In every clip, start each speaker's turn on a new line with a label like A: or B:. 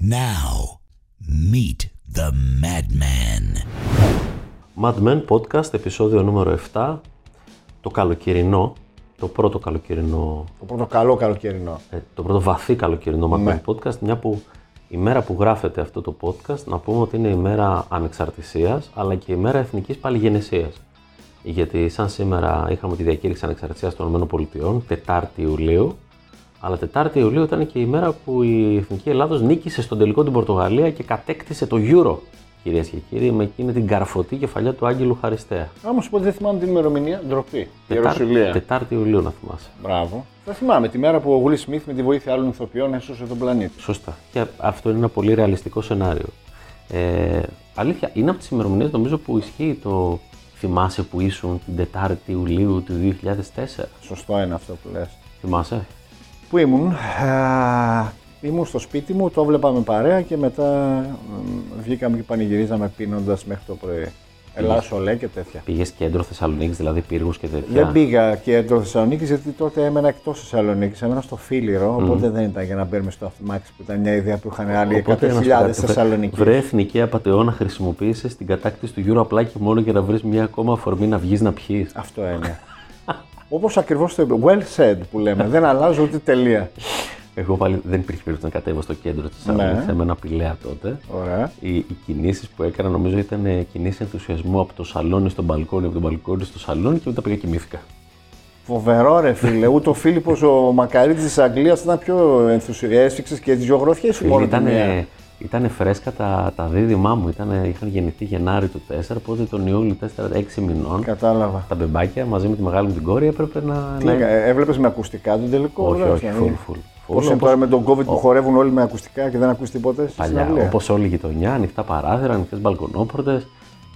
A: Now, meet the madman.
B: Mad Men Podcast, επεισόδιο νούμερο 7, το καλοκαιρινό, το πρώτο καλοκαιρινό,
C: Το πρώτο καλό καλοκαιρινό.
B: ε, το πρώτο βαθύ καλοκαιρινό Mad Men Podcast, μια που η μέρα που γράφεται αυτό το podcast, να πούμε ότι είναι η μέρα ανεξαρτησίας, αλλά και η μέρα εθνικής παλιγενεσίας. Γιατί σαν σήμερα είχαμε τη διακήρυξη ανεξαρτησίας των ΗΠΑ, Τετάρτη Ιουλίου, αλλά Τετάρτη Ιουλίου ήταν και η μέρα που η Εθνική Ελλάδος νίκησε στον τελικό την Πορτογαλία και κατέκτησε το Euro, κυρίες και κύριοι, με εκείνη την καρφωτή κεφαλιά του Άγγελου Χαριστέα.
C: Άμα σου πω ότι δεν θυμάμαι την ημερομηνία, ντροπή.
B: Τετάρ-
C: Ιερουσαλήμ.
B: Τετάρτη Ιουλίου, να θυμάσαι.
C: Μπράβο. Θα θυμάμαι τη μέρα που ο Γουλή Σμιθ με τη βοήθεια άλλων ηθοποιών έσωσε τον πλανήτη.
B: Σωστά. Και αυτό είναι ένα πολύ ρεαλιστικό σενάριο. Ε, αλήθεια, είναι από τις ημερομηνίες νομίζω που ισχύει το θυμάσαι που ήσουν την Τετάρτη Ιουλίου του 2004.
C: Σωστό είναι αυτό που λες.
B: Θυμάσαι.
C: Πού ήμουν. Α, ήμουν στο σπίτι μου, το βλέπα με παρέα και μετά μ, βγήκαμε και πανηγυρίζαμε πίνοντας μέχρι το πρωί. Ελά, σολέ και τέτοια.
B: Πήγες κέντρο Θεσσαλονίκης, δηλαδή πύργους και τέτοια.
C: Δεν πήγα κέντρο Θεσσαλονίκης γιατί τότε έμενα εκτός Θεσσαλονίκης. Έμενα στο Φίλιρο, οπότε δεν ήταν για να μπαίνουμε στο αυτομάξι που ήταν μια ιδέα που είχαν άλλοι
B: Οπότε, να σου πω
C: 100.000
B: κάτι,
C: Θεσσαλονίκη.
B: Βρε εθνική απαταιώνα χρησιμοποίησες την κατάκτηση του Euro απλά και μόνο για να βρεις μια ακόμα αφορμή να βγεις να πιει.
C: Αυτό είναι. Όπως ακριβώς το είπε. Well said που λέμε. δεν αλλάζω ούτε τελεία.
B: Εγώ πάλι δεν υπήρχε περίπτωση να κατέβω στο κέντρο της Θεσσαλονίκη. Ναι. Έμενα πηλαία τότε.
C: Ωραία.
B: Οι, οι κινήσεις που έκανα νομίζω ήταν κινήσεις ενθουσιασμού από το σαλόνι στο μπαλκόνι, από το μπαλκόνι στο σαλόνι και μετά πήγα κοιμήθηκα.
C: Φοβερό ρε φίλε. Ούτε ο Φίλιππος ο Μακαρίτης της Αγγλίας ήταν πιο ενθουσιαστικό και τις δύο γροθιέ σου μόνο.
B: Ήταν, ε,
C: τη μία.
B: ήταν φρέσκα τα, τα δίδυμά μου. Ήτανε, είχαν γεννηθεί Γενάρη του 4, οπότε τον Ιούλιο 4, 6 μηνών.
C: Κατάλαβα.
B: Τα μπεμπάκια μαζί με τη μεγάλη μου την κόρη έπρεπε να. να...
C: Έβλεπες με ακουστικά τον τελικό.
B: Ναι. Όχι,
C: ωραία,
B: όχι,
C: ναι.
B: full, full.
C: Πώς
B: full,
C: είναι
B: όπως
C: τώρα με τον COVID που χορεύουν όλοι με ακουστικά και δεν ακούς τίποτε. στη
B: παλιά.
C: συναυλία.
B: Όπως όλη η γειτονιά, ανοιχτά παράθυρα, ανοιχτές μπαλκονόπορτες.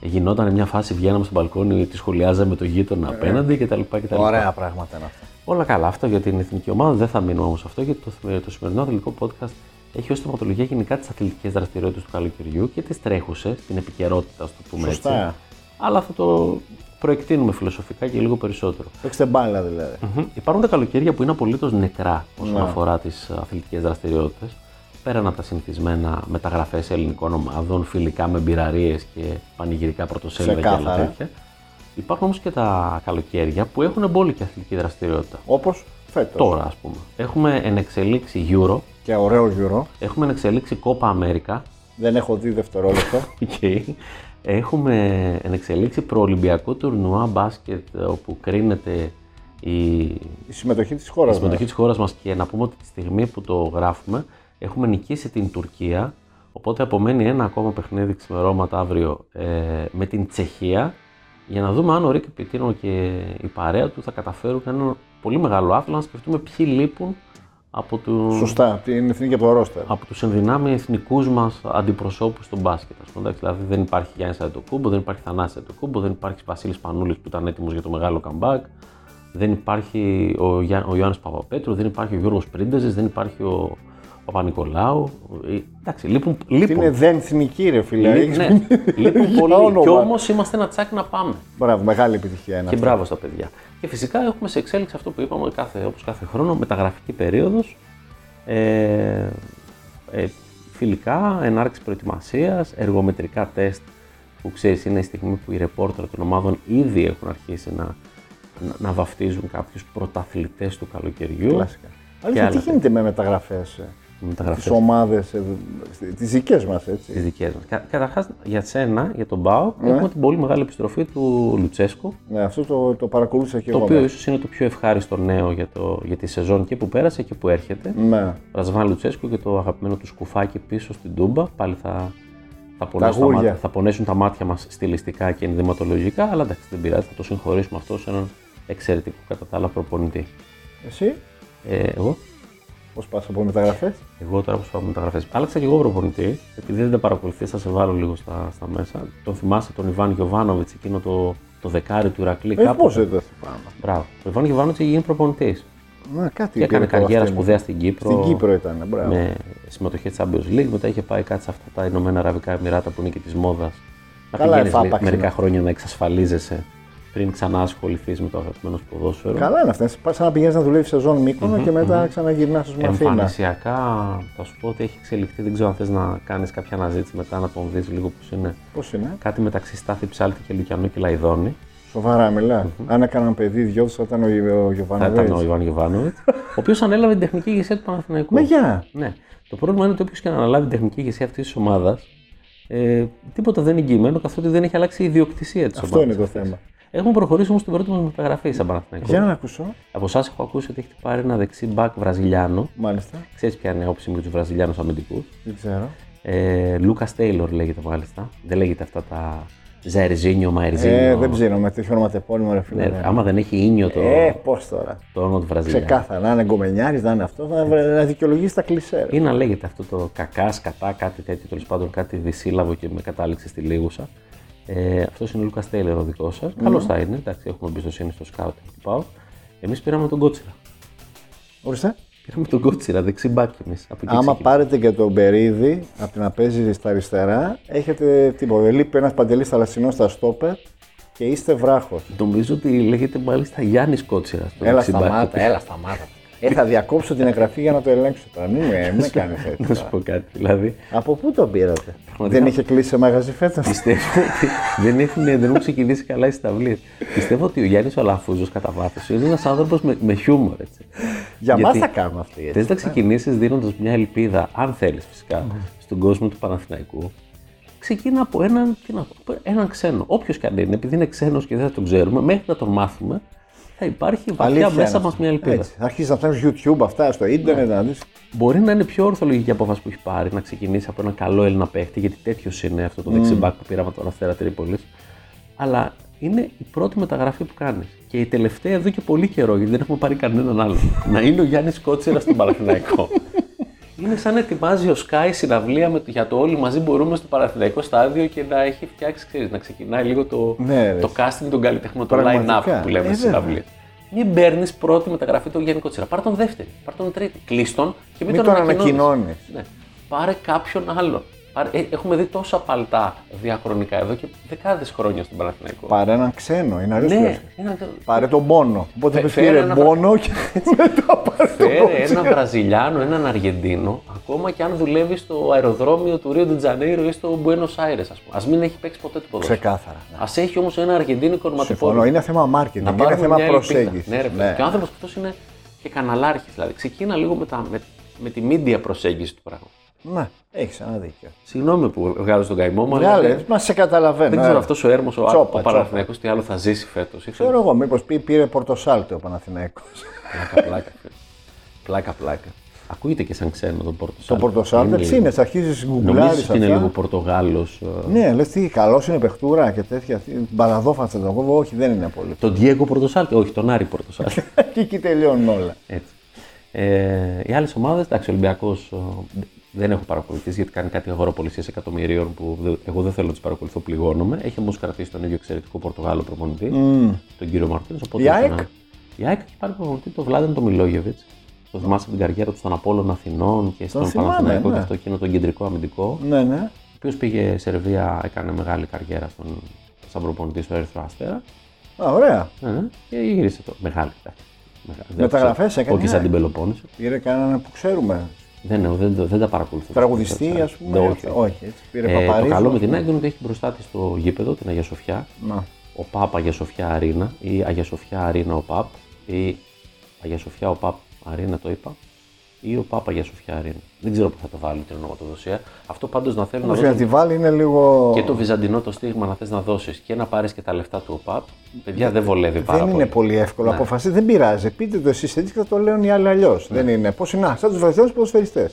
B: Γινόταν μια φάση, βγαίναμε στο μπαλκόνι, τη σχολιάζαμε το γείτονα απέναντι κτλ. κτλ.
C: Ε. Ωραία πράγματα είναι αυτά.
B: Όλα καλά αυτά για την εθνική ομάδα. Δεν θα μείνουμε όμως αυτό, γιατί το, θυμε- το σημερινό αθλητικό podcast έχει ως θεματολογία γενικά τις αθλητικές δραστηριότητες του καλοκαιριού και τις τρέχουσες, την επικαιρότητα, ας το πούμε
C: Σωστά.
B: έτσι. Αλλά θα το προεκτείνουμε φιλοσοφικά και λίγο περισσότερο.
C: Παίξτε μπάλα δηλαδή.
B: Μμμ. Υπάρχουν τα καλοκαίρια που είναι απολύτως νεκρά όσον
C: Ναι.
B: αφορά τις αθλητικές δραστηριότητες. Πέραν από τα συνηθισμένα μεταγραφές ελληνικών ομάδων, φιλικά με μπειραρίες και πανηγυρικά πρωτοσέλιδα και άλλα
C: Ξεκάθαρα.
B: τέτοια. Υπάρχουν όμως και τα καλοκαίρια που έχουν εμπόλικη αθλητική δραστηριότητα.
C: Όπως φέτος.
B: Τώρα, ας πούμε. Έχουμε εν εξελίξει Euro,
C: Και ωραίο γύρο.
B: έχουμε εν εξελίξει Copa America.
C: Δεν έχω δει δευτερόλεπτο.
B: οκ. Έχουμε εν εξελίξει προολυμπιακό τουρνουά μπάσκετ, όπου κρίνεται η
C: Η συμμετοχή της χώρας μα.
B: συμμετοχή της χώρας μας. Και να πούμε ότι τη στιγμή που το γράφουμε, έχουμε νικήσει την Τουρκία. Οπότε απομένει ένα ακόμα παιχνίδι ξημερώματα αύριο ε, με την Τσεχία για να δούμε αν ο Ρίκ Πιτίνο και η παρέα του θα καταφέρουν ένα πολύ μεγάλο άθλο να σκεφτούμε ποιοι λείπουν από το,
C: Σωστά, από την εθνική από το ρόστερ.
B: από τους ενδυνάμει εθνικούς μας αντιπροσώπους στον μπάσκετ. Ας πούμε. Εντάξει, Δηλαδή δεν υπάρχει Γιάννης Αντετοκούμπο, δεν υπάρχει Θανάσης Αντετοκούμπο, δεν υπάρχει Βασίλης Πανούλης που ήταν έτοιμος για το μεγάλο comeback, δεν υπάρχει ο, Γιά, ο Ιωάννη Παπαπέτρου, δεν υπάρχει ο Γιώργος Πρίντεζης, δεν υπάρχει ο Παπα-Νικολάου. Ε, εντάξει, λείπουν. λείπουν.
C: Είναι δεν εθνική ρε φίλε. Έχεις
B: ναι,
C: μείνει-
B: λείπουν
C: για
B: πολύ.
C: όνομα.
B: Κι όμως είμαστε ένα τσάκ να πάμε.
C: Μπράβο, μεγάλη επιτυχία είναι
B: Και
C: αυτό.
B: μπράβο στα παιδιά. Και φυσικά έχουμε σε εξέλιξη αυτό που είπαμε κάθε, όπως κάθε χρόνο, μεταγραφική περίοδος, ε, ε, φιλικά, ενάρξης προετοιμασίας, εργομετρικά τεστ που ξέρεις είναι η στιγμή που οι ρεπόρτερ των ομάδων ήδη έχουν αρχίσει να, να, να βαφτίζουν κάποιους πρωταθλητές του καλοκαιριού.
C: Κλασικά. Αλήθεια,
B: άλλα
C: τι γίνεται με ε? μεταγραφές
B: Μεταγραφές.
C: στι ομάδε, τις δικές μας έτσι.
B: Τις δικές μας. Κα, καταρχάς, για σένα, για τον Μπάο, έχουμε την πολύ μεγάλη επιστροφή του Λουτσέσκου,
C: Ναι, αυτό το, το παρακολούθησα και
B: το
C: εγώ.
B: οποίο
C: ναι.
B: ίσως είναι το πιο ευχάριστο νέο για, το, για τη σεζόν και που πέρασε και που έρχεται.
C: Ναι.
B: Ρασβάν Λουτσέσκου και το αγαπημένο του σκουφάκι πίσω στην Τούμπα. Πάλι θα, θα, πονέσουν, τα
C: γούρια.
B: μάτια, θα πονέσουν τα μάτια μας στιλιστικά και ενδυματολογικά, αλλά εντάξει δεν πειράζει, θα το συγχωρήσουμε αυτό σε έναν εξαιρετικό κατά τα άλλα προπονητή.
C: Εσύ,
B: Ε, εγώ,
C: πώς πας από μεταγραφές.
B: εγώ τώρα που σου πάω μεταγραφές. Άλλαξα και εγώ προπονητή, επειδή δεν τα παρακολουθείς, θα σε βάλω λίγο στα, στα μέσα. Τον θυμάσαι τον Ιβάν Γιοβάνοβιτ, εκείνο το, το δεκάρι του Ηρακλή.
C: Ε,
B: κάποτε.
C: πώ δεν το θυμάμαι.
B: Μπράβο. Ο Ιβάν Γιοβάνοβιτ έχει γίνει προπονητής.
C: Ναι, κάτι
B: Έκανε
C: υπήρχε από
B: καριέρα
C: αυτήν.
B: σπουδαία στην Κύπρο. Ναι.
C: Στην Κύπρο ήταν, μπράβο.
B: με συμμετοχή της Champions League. Μετά είχε πάει κάτι σε αυτά τα Ηνωμένα Αραβικά Εμμυράτα που είναι και της μόδας. Να
C: Καλά, ναι.
B: πηγαίνεις
C: εφάπαξ
B: λι- μερικά
C: είναι.
B: χρόνια να εξασφαλίζεσαι πριν ξανά ασχοληθεί με το αγαπημένο σου ποδόσφαιρο.
C: Καλά είναι αυτέ. Σαν να πηγαίνεις να δουλεύεις σεζόν Μύκονο και μετά ξαναγυρνά στο Αθήνα.
B: Εμφανισιακά θα σου πω ότι έχει εξελιχθεί. Δεν ξέρω αν θες να κάνεις κάποια αναζήτηση μετά να τον δεις λίγο πώς είναι.
C: Πώς είναι.
B: Κάτι μεταξύ Στάθη Ψάλτη και Λουκιανού και Λαϊδόνη.
C: Σοβαρά μιλά. Αν έκαναν παιδί, δυο του θα ήταν ο, Ιω- ο
B: Θα ήταν ο
C: Γιωβάνοβιτ.
B: Ιωάννη Γιωβάνοβιτ, ο οποίος ανέλαβε την τεχνική ηγεσία του Παναθηναϊκού.
C: Με γεια.
B: Ναι. Το πρόβλημα είναι ότι όποιος και να αναλάβει την τεχνική ηγεσία αυτής της ομάδας, ε, τίποτα δεν είναι εγγυημένο καθότι δεν έχει αλλάξει η ιδιοκτησία της ομάδα.
C: Αυτό είναι το θέμα.
B: Έχουμε προχωρήσει όμως στην πρώτη μα μεταγραφή σαν Παναθηναϊκό.
C: Για να ακούσω.
B: Από εσάς έχω ακούσει ότι έχετε πάρει ένα δεξί μπακ Βραζιλιάνο.
C: Μάλιστα.
B: Ξέρεις ποια είναι η άποψη μου για τους Βραζιλιάνους αμυντικούς.
C: Δεν ξέρω.
B: Ε, Λούκα Τέιλορ λέγεται μάλιστα. Δεν λέγεται αυτά τα Ζαριζίνιο, Μαερζίνιο.
C: Ε, δεν ψήνω με τέτοιο ονοματεπώνυμο, ρε φίλε.
B: Ναι,
C: ναι.
B: άμα δεν έχει ίνιο το,
C: Ε, πώς τώρα.
B: το όνομα του Βραζιλιάνου.
C: Ξεκάθαρα. Να είναι γκομενιάρης, να είναι αυτό, θα βρε- να δικαιολογήσει τα κλισέ. ρε.
B: Ή να λέγεται αυτό το κακάς, σκατά, κάτι τέτοιο τέλος πάντων, κάτι δυσύλλαβο και με κατάληξη στη λίγουσα. Ε, αυτός είναι ο Λούκα Τέιλερ ο δικός σας.
C: Ναι.
B: Καλός θα είναι, εντάξει, έχουμε εμπιστοσύνη στο σκάουτ του ΠΑΟΚ. Εμείς πήραμε τον Κότσιρα.
C: Ορίστε.
B: Πήραμε τον Κότσιρα, δεξί μπάκι εμεί.
C: Άμα πάρετε και τον Περίδη από την να παίζει στα αριστερά, έχετε τίποτα. Λείπει ένας παντελής θαλασσινός στα στόπερ και είστε βράχος.
B: Νομίζω ότι λέγεται μάλιστα Γιάννης Κότσιρας.
C: Έλα σταμάτα, έλα σταμάτα. Ε, θα διακόψω την εγγραφή για να το ελέγξω τώρα. Μην με, με κάνεις έτσι.
B: Να σου
C: τώρα.
B: πω κάτι. Δηλαδή,
C: Από πού τον πήρατε, Δεν είχε κλείσει σε μαγαζί φέτος.
B: πιστεύω ότι δεν, έχουν, δεν έχουν ξεκινήσει καλά οι σταυλίες. πιστεύω ότι ο Γιάννης Αλαφούζο κατά βάθος είναι ένας άνθρωπος με, με χιούμορ. Έτσι.
C: Για μα
B: Γιατί-
C: θα κάνουμε αυτή. έτσι.
B: Θε να ξεκινήσεις δίνοντας μια ελπίδα, αν θέλεις φυσικά,
C: Ναι.
B: στον κόσμο του Παναθηναϊκού, ξεκίνα από έναν, τι να πω, από έναν ξένο. Όποιος και αν είναι, επειδή είναι ξένος και δεν θα τον ξέρουμε, μέχρι να τον μάθουμε, θα υπάρχει βαθιά
C: Αλήθεια
B: μέσα
C: είναι
B: μας
C: αυτό.
B: μια ελπίδα. Ναι.
C: Έτσι. Θα αρχίσεις να ψάχνεις YouTube αυτά στο ίντερνετ να δεις.
B: Μπορεί να είναι πιο ορθολογική η απόφαση που έχει πάρει να ξεκινήσει από έναν καλό Έλληνα παίχτη, γιατί τέτοιος είναι αυτό το
C: Mm.
B: δεξιμπάκ που πήραμε από τον Αστέρα Τρίπολης. Αλλά είναι η πρώτη μεταγραφή που κάνεις. Και η τελευταία εδώ και πολύ καιρό, γιατί δεν έχουμε πάρει κανέναν άλλον. να είναι ο Γιάννης Κότσιρα στον Παναθηναϊκό. είναι σαν να ετοιμάζει ο Sky συναυλία με, το- για το όλοι μαζί μπορούμε στο Παναθηναϊκό στάδιο και να έχει φτιάξει, ξέρεις, να ξεκινάει λίγο το,
C: Ναι, ρε.
B: το casting των καλλιτεχνών, το line-up
C: Πραγματικά.
B: που λέμε
C: Ε,
B: στη
C: βέβαια.
B: συναυλία. Μην παίρνεις πρώτη μεταγραφή του Γιάννη Κότσιρα. Πάρ τον δεύτερη, πάρ τον τρίτη. Κλείστον και μην,
C: Μην
B: τον
C: τον
B: ανακοινώνεις.
C: ανακοινώνεις.
B: Ναι. Πάρε κάποιον άλλον. Πάρε- ε, έχουμε δει τόσα παλτά διαχρονικά εδώ και δεκάδες χρόνια στον Παναθηναϊκό.
C: Πάρε έναν ξένο, είναι αρέσει.
B: Ναι, ένα,
C: Πάρε τον πόνο. Οπότε
B: Φε-
C: με
B: φέρε
C: πήρε
B: ένα-
C: πόνο και μετά πάρε τον πόνο.
B: φέρε έναν Βραζιλιάνο, έναν Αργεντίνο, ακόμα και αν δουλεύει στο αεροδρόμιο του Ρίο Ντιτζανέιρο ή στο Buenos Aires, ας πούμε. Ας μην έχει παίξει ποτέ τίποτα.
C: Ξεκάθαρα. ναι.
B: Ας έχει όμως ένα Αργεντίνικο
C: Συμφωνώ,
B: ονοματεπώνυμο.
C: είναι θέμα marketing,
B: Να
C: είναι
B: πάρουμε
C: θέμα
B: μια ελπίδα.
C: προσέγγισης.
B: Ναι, ρε, παιδί. Και ο άνθρωπος αυτός είναι και καναλάρχης. Δηλαδή, ξεκίνα λίγο με, τα, με, με τη media προσέγγιση του πράγματος.
C: Ναι, έχεις ένα δίκιο.
B: Συγγνώμη που βγάζω τον καημό μου, αλλά
C: Βγάλε, μα σε καταλαβαίνω.
B: Ναι,
C: ε.
B: δεν ξέρω
C: έλα.
B: αυτός ο έρμος ο,
C: Τσόπα,
B: ο
C: τσόπα.
B: Παναθηναϊκός τι άλλο θα ζήσει φέτος.
C: Ξέρω εγώ, μήπως πήρε Πορτοσάλτε ο Παναθηναίκος.
B: Πλάκα, πλάκα. πλάκα, πλάκα. Ακούγεται και σαν ξένο τον Πόρτο
C: Το
B: Σάλτε.
C: Πορτοσάλτε είναι, θα αρχίζει
B: Νομίζω ότι είναι λίγο ε,
C: γκουγκλάρι.
B: Πορτογάλο.
C: Ναι, λες τι, καλός είναι παιχτούρα και τέτοια. τι, Μπαραδόφατσα τον κόβω. Όχι, δεν είναι πολύ.
B: Τον Diego Πορτοσάλτη, όχι τον Άρη Πορτοσάλτη.
C: Και εκεί τελειώνουν όλα.
B: Έτσι. Ε, οι άλλες ομάδες, εντάξει, ο Ολυμπιακό δεν έχω παρακολουθήσει γιατί κάνει κάτι αγοραπολισίε εκατομμυρίων που δε- εγώ δεν θέλω να τι παρακολουθώ, πληγώνομαι. Έχει όμως κρατήσει τον ίδιο εξαιρετικό Πορτογάλο προπονητή, τον κύριο Μαρτίνο.
C: Η
B: Οπότε
C: ΑΕΚ?
B: να- Η ΑΕΚ έχει πάρει προπονητή τον Βλάντεν τον Μιλόγεβιτ. Το θυμάσαι από την καριέρα του στον Απόλλων Αθηνών και στον
C: θυμάμαι,
B: Παναθηναϊκό
C: ναι.
B: και αυτό εκείνο τον κεντρικό αμυντικό.
C: Ναι, ναι.
B: Ο οποίος πήγε Σερβία, έκανε μεγάλη καριέρα στον, σαν προπονητής στο Ερυθρό Αστέρα.
C: Α, ωραία.
B: Ναι, ναι, και γύρισε το. Μεγάλη. εντάξει. Μεγάλη.
C: Μεταγραφές έκανε,
B: Όχι σαν
C: ναι.
B: την Πελοπόννησο.
C: Πήρε κανέναν που ξέρουμε.
B: Δεν, ναι, δεν, δεν τα παρακολουθώ.
C: Τραγουδιστή, ας πούμε.
B: Ναι,
C: αυτά.
B: όχι.
C: όχι. έτσι. Πήρε
B: Ε, το
C: Παπαρίζου.
B: καλό με την ΑΕΚ είναι ότι έχει μπροστά της το γήπεδο, την Αγία Σοφιά.
C: Να.
B: Ο ΠΑΠ Αγία Σοφιά Αρίνα ή Αγία Σοφιά Αρίνα ο ΠΑΠ ή Αγία Σοφιά ο ΠΑΠ Αρίνα το είπα ή ο ΠΑΠ Αγία Σοφιά Αρίνα. Δεν ξέρω πού θα το βάλει την ονοματοδοσία. Αυτό πάντως να θέλω να δώσω
C: Όπως για να τη βάλει είναι λίγο.
B: και το βυζαντινό το στίγμα να θες να δώσεις και να πάρεις και τα λεφτά του ΟΠΑΠ. Παιδιά δεν βολεύει πάρα
C: Δεν
B: πολύ.
C: είναι πολύ εύκολο.
B: Ναι.
C: Αποφασί, δεν πειράζει. Πείτε το εσείς έτσι και θα το λένε οι άλλοι αλλιώς. Δεν είναι. Πώς είναι. Α, σαν τους Βραζιλιάνους ποδοσφαιριστές.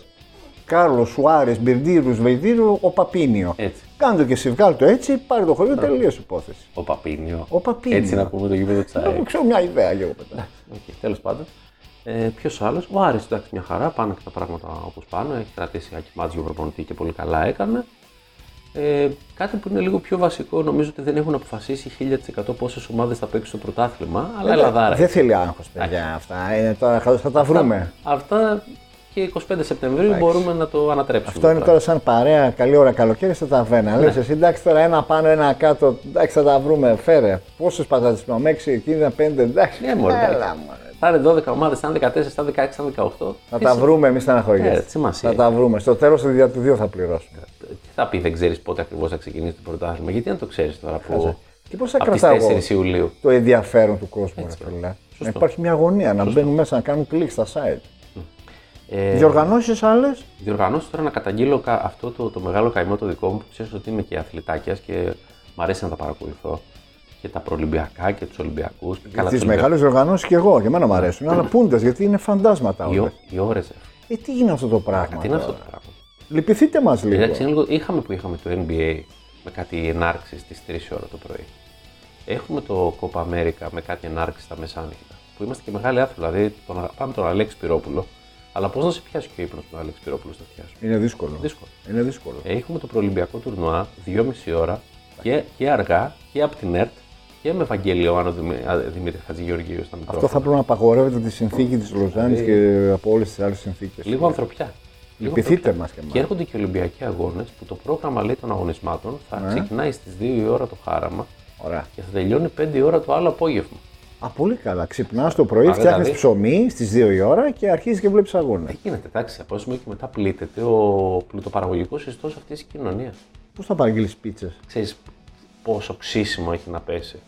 C: Κάρλος Σουάρες, Μπιρντήρου, Βεϊδίρου, ο Παπίνιο.
B: Έτσι.
C: Κάντε και εσύ, βγάλε το έτσι, πάρε το χωριό, τελείωσε η υπόθεση.
B: Ο Παπίνιο.
C: Ο Παπίνιο.
B: Έτσι να πούμε το γήπεδο της ΑΕΚ.
C: Δεν ξέρω μια ιδέα για εγώ
B: Ναι.
C: πετά.
B: Okay, Τέλος πάντων. Ε, Ποιος άλλος, ο Άρης, εντάξει, μια χαρά. Πάνε και τα πράγματα όπως πάνω. Έχει κρατήσει ακυμάτζιο προπονητή και πολύ καλά έκανε. Ε, κάτι που είναι λίγο πιο βασικό, νομίζω ότι δεν έχουν αποφασίσει 1000% πόσες ομάδες θα παίξουν στο
C: Ε,
B: πρωτάθλημα. Αλλά Ελλάδα.
C: Δεν θέλει άγχος, παιδιά αυτά. Είναι τώρα χαλό, θα τα βρούμε.
B: Αυτά και 25 Σεπτεμβρίου μπορούμε να το ανατρέψουμε.
C: Αυτό είναι τώρα σαν παρέα, καλή ώρα καλοκαίρι στα ταβέρνα. Ναι. Λες εσύ, εντάξει τώρα ένα πάνω, ένα κάτω, εντάξει θα τα βρούμε, φέρε. Πόσες πατάτες να μέξει, εκεί είναι πέντε, εντάξει.
B: Ναι, μωρέ,
C: έλα,
B: εντάξει.
C: μωρέ.
B: Θα είναι 12 ομάδες, θα είναι 14, θα είναι 16, θα είναι 18.
C: Θα
B: Τι
C: τα
B: σε-
C: βρούμε, εμείς
B: Ε,
C: στεναχωριέ.
B: τι σημασία Ε,
C: Θα τα βρούμε. Στο τέλος του διατηδίου θα πληρώσουμε.
B: Τι θα πει, δεν ξέρεις πότε ακριβώς θα ξεκινήσει το πρωτάθλημα. Γιατί να το ξέρεις τώρα που.
C: Χάζε. Και πώς θα
B: από τις
C: κρατάω εγώ
B: 4 Ιουλίου.
C: το ενδιαφέρον του κόσμου, ρε φίλε. Να υπάρχει μια αγωνία, να μπαίνουν μέσα, να κάνουν κλικ στα site.
B: Ε,
C: Διοργανώσεις άλλες.
B: Διοργανώσω τώρα να καταγγείλω κα- αυτό το, το μεγάλο καημό το δικό μου που ξέρεις ότι είμαι και αθλητάκιας και μου αρέσει να τα παρακολουθώ. Και τα προολυμπιακά και τους Ολυμπιακούς.
C: Τι μεγάλε διοργανώσει και εγώ, και εμένα μου
B: Ναι.
C: αρέσουν. Αλλά πούντες, γιατί είναι φαντάσματα όλα.
B: Οι ώρες.
C: Ε, τι γίνεται αυτό το πράγμα.
B: Τι είναι αυτό
C: τώρα.
B: το πράγμα.
C: Λυπηθείτε μας λίγο.
B: Εντάξει, είναι λίγο- είχαμε που είχαμε το NBA με κάτι ενάρξεις στις 3 ώρα το πρωί. Έχουμε το Copa America με κάτι ενάρξεις στα μεσάνυχτα. Που είμαστε και μεγάλοι άνθρωποι. Δηλαδή, τον αγαπάμε τον Αλέξη Πυρόπουλο. Αλλά πώς να σε πιάσει και ο ύπνο τον Αλέξη Πυρόπουλο στα αυτιά σου.
C: Είναι δύσκολο.
B: Δύσκολο. Ε,
C: Είναι δύσκολο.
B: Έχουμε το προολυμπιακό τουρνουά 2,5 ώρα και, και αργά και από την ΕΡΤ και με Ευαγγέλιο Άνω Δημή- Α, Δημήτρης Χατζηγεωργίου στα μικρόφωνα.
C: Αυτό θα πρέπει να απαγορεύεται τη συνθήκη της Λοζάνης και από όλες τις άλλες συνθήκες.
B: Ε, Λίγο ανθρωπιά. Λίγο
C: Λυπηθείτε
B: ανθρωπιά.
C: μας και
B: Και
C: εμά.
B: έρχονται και Ολυμπιακοί αγώνες που το πρόγραμμα λέει των αγωνισμάτων θα
C: Ναι.
B: ξεκινάει στις 2 η ώρα το χάραμα
C: Ωραία.
B: και θα τελειώνει 5 η ώρα το άλλο απόγευμα.
C: Α, πολύ καλά. Ξυπνάς το πρωί,
B: δηλαδή.
C: φτιάχνει ψωμί στις 2 η ώρα και αρχίζεις και βλέπεις αγώνα.
B: Δεν γίνεται, εντάξει, από ένα σημείο και μετά πλήττεται ο πλουτοπαραγωγικός ιστός αυτής της κοινωνίας.
C: Πώς θα παραγγείλεις πίτσες.
B: Ξέρεις πόσο ξύσιμο έχει να πέσει στι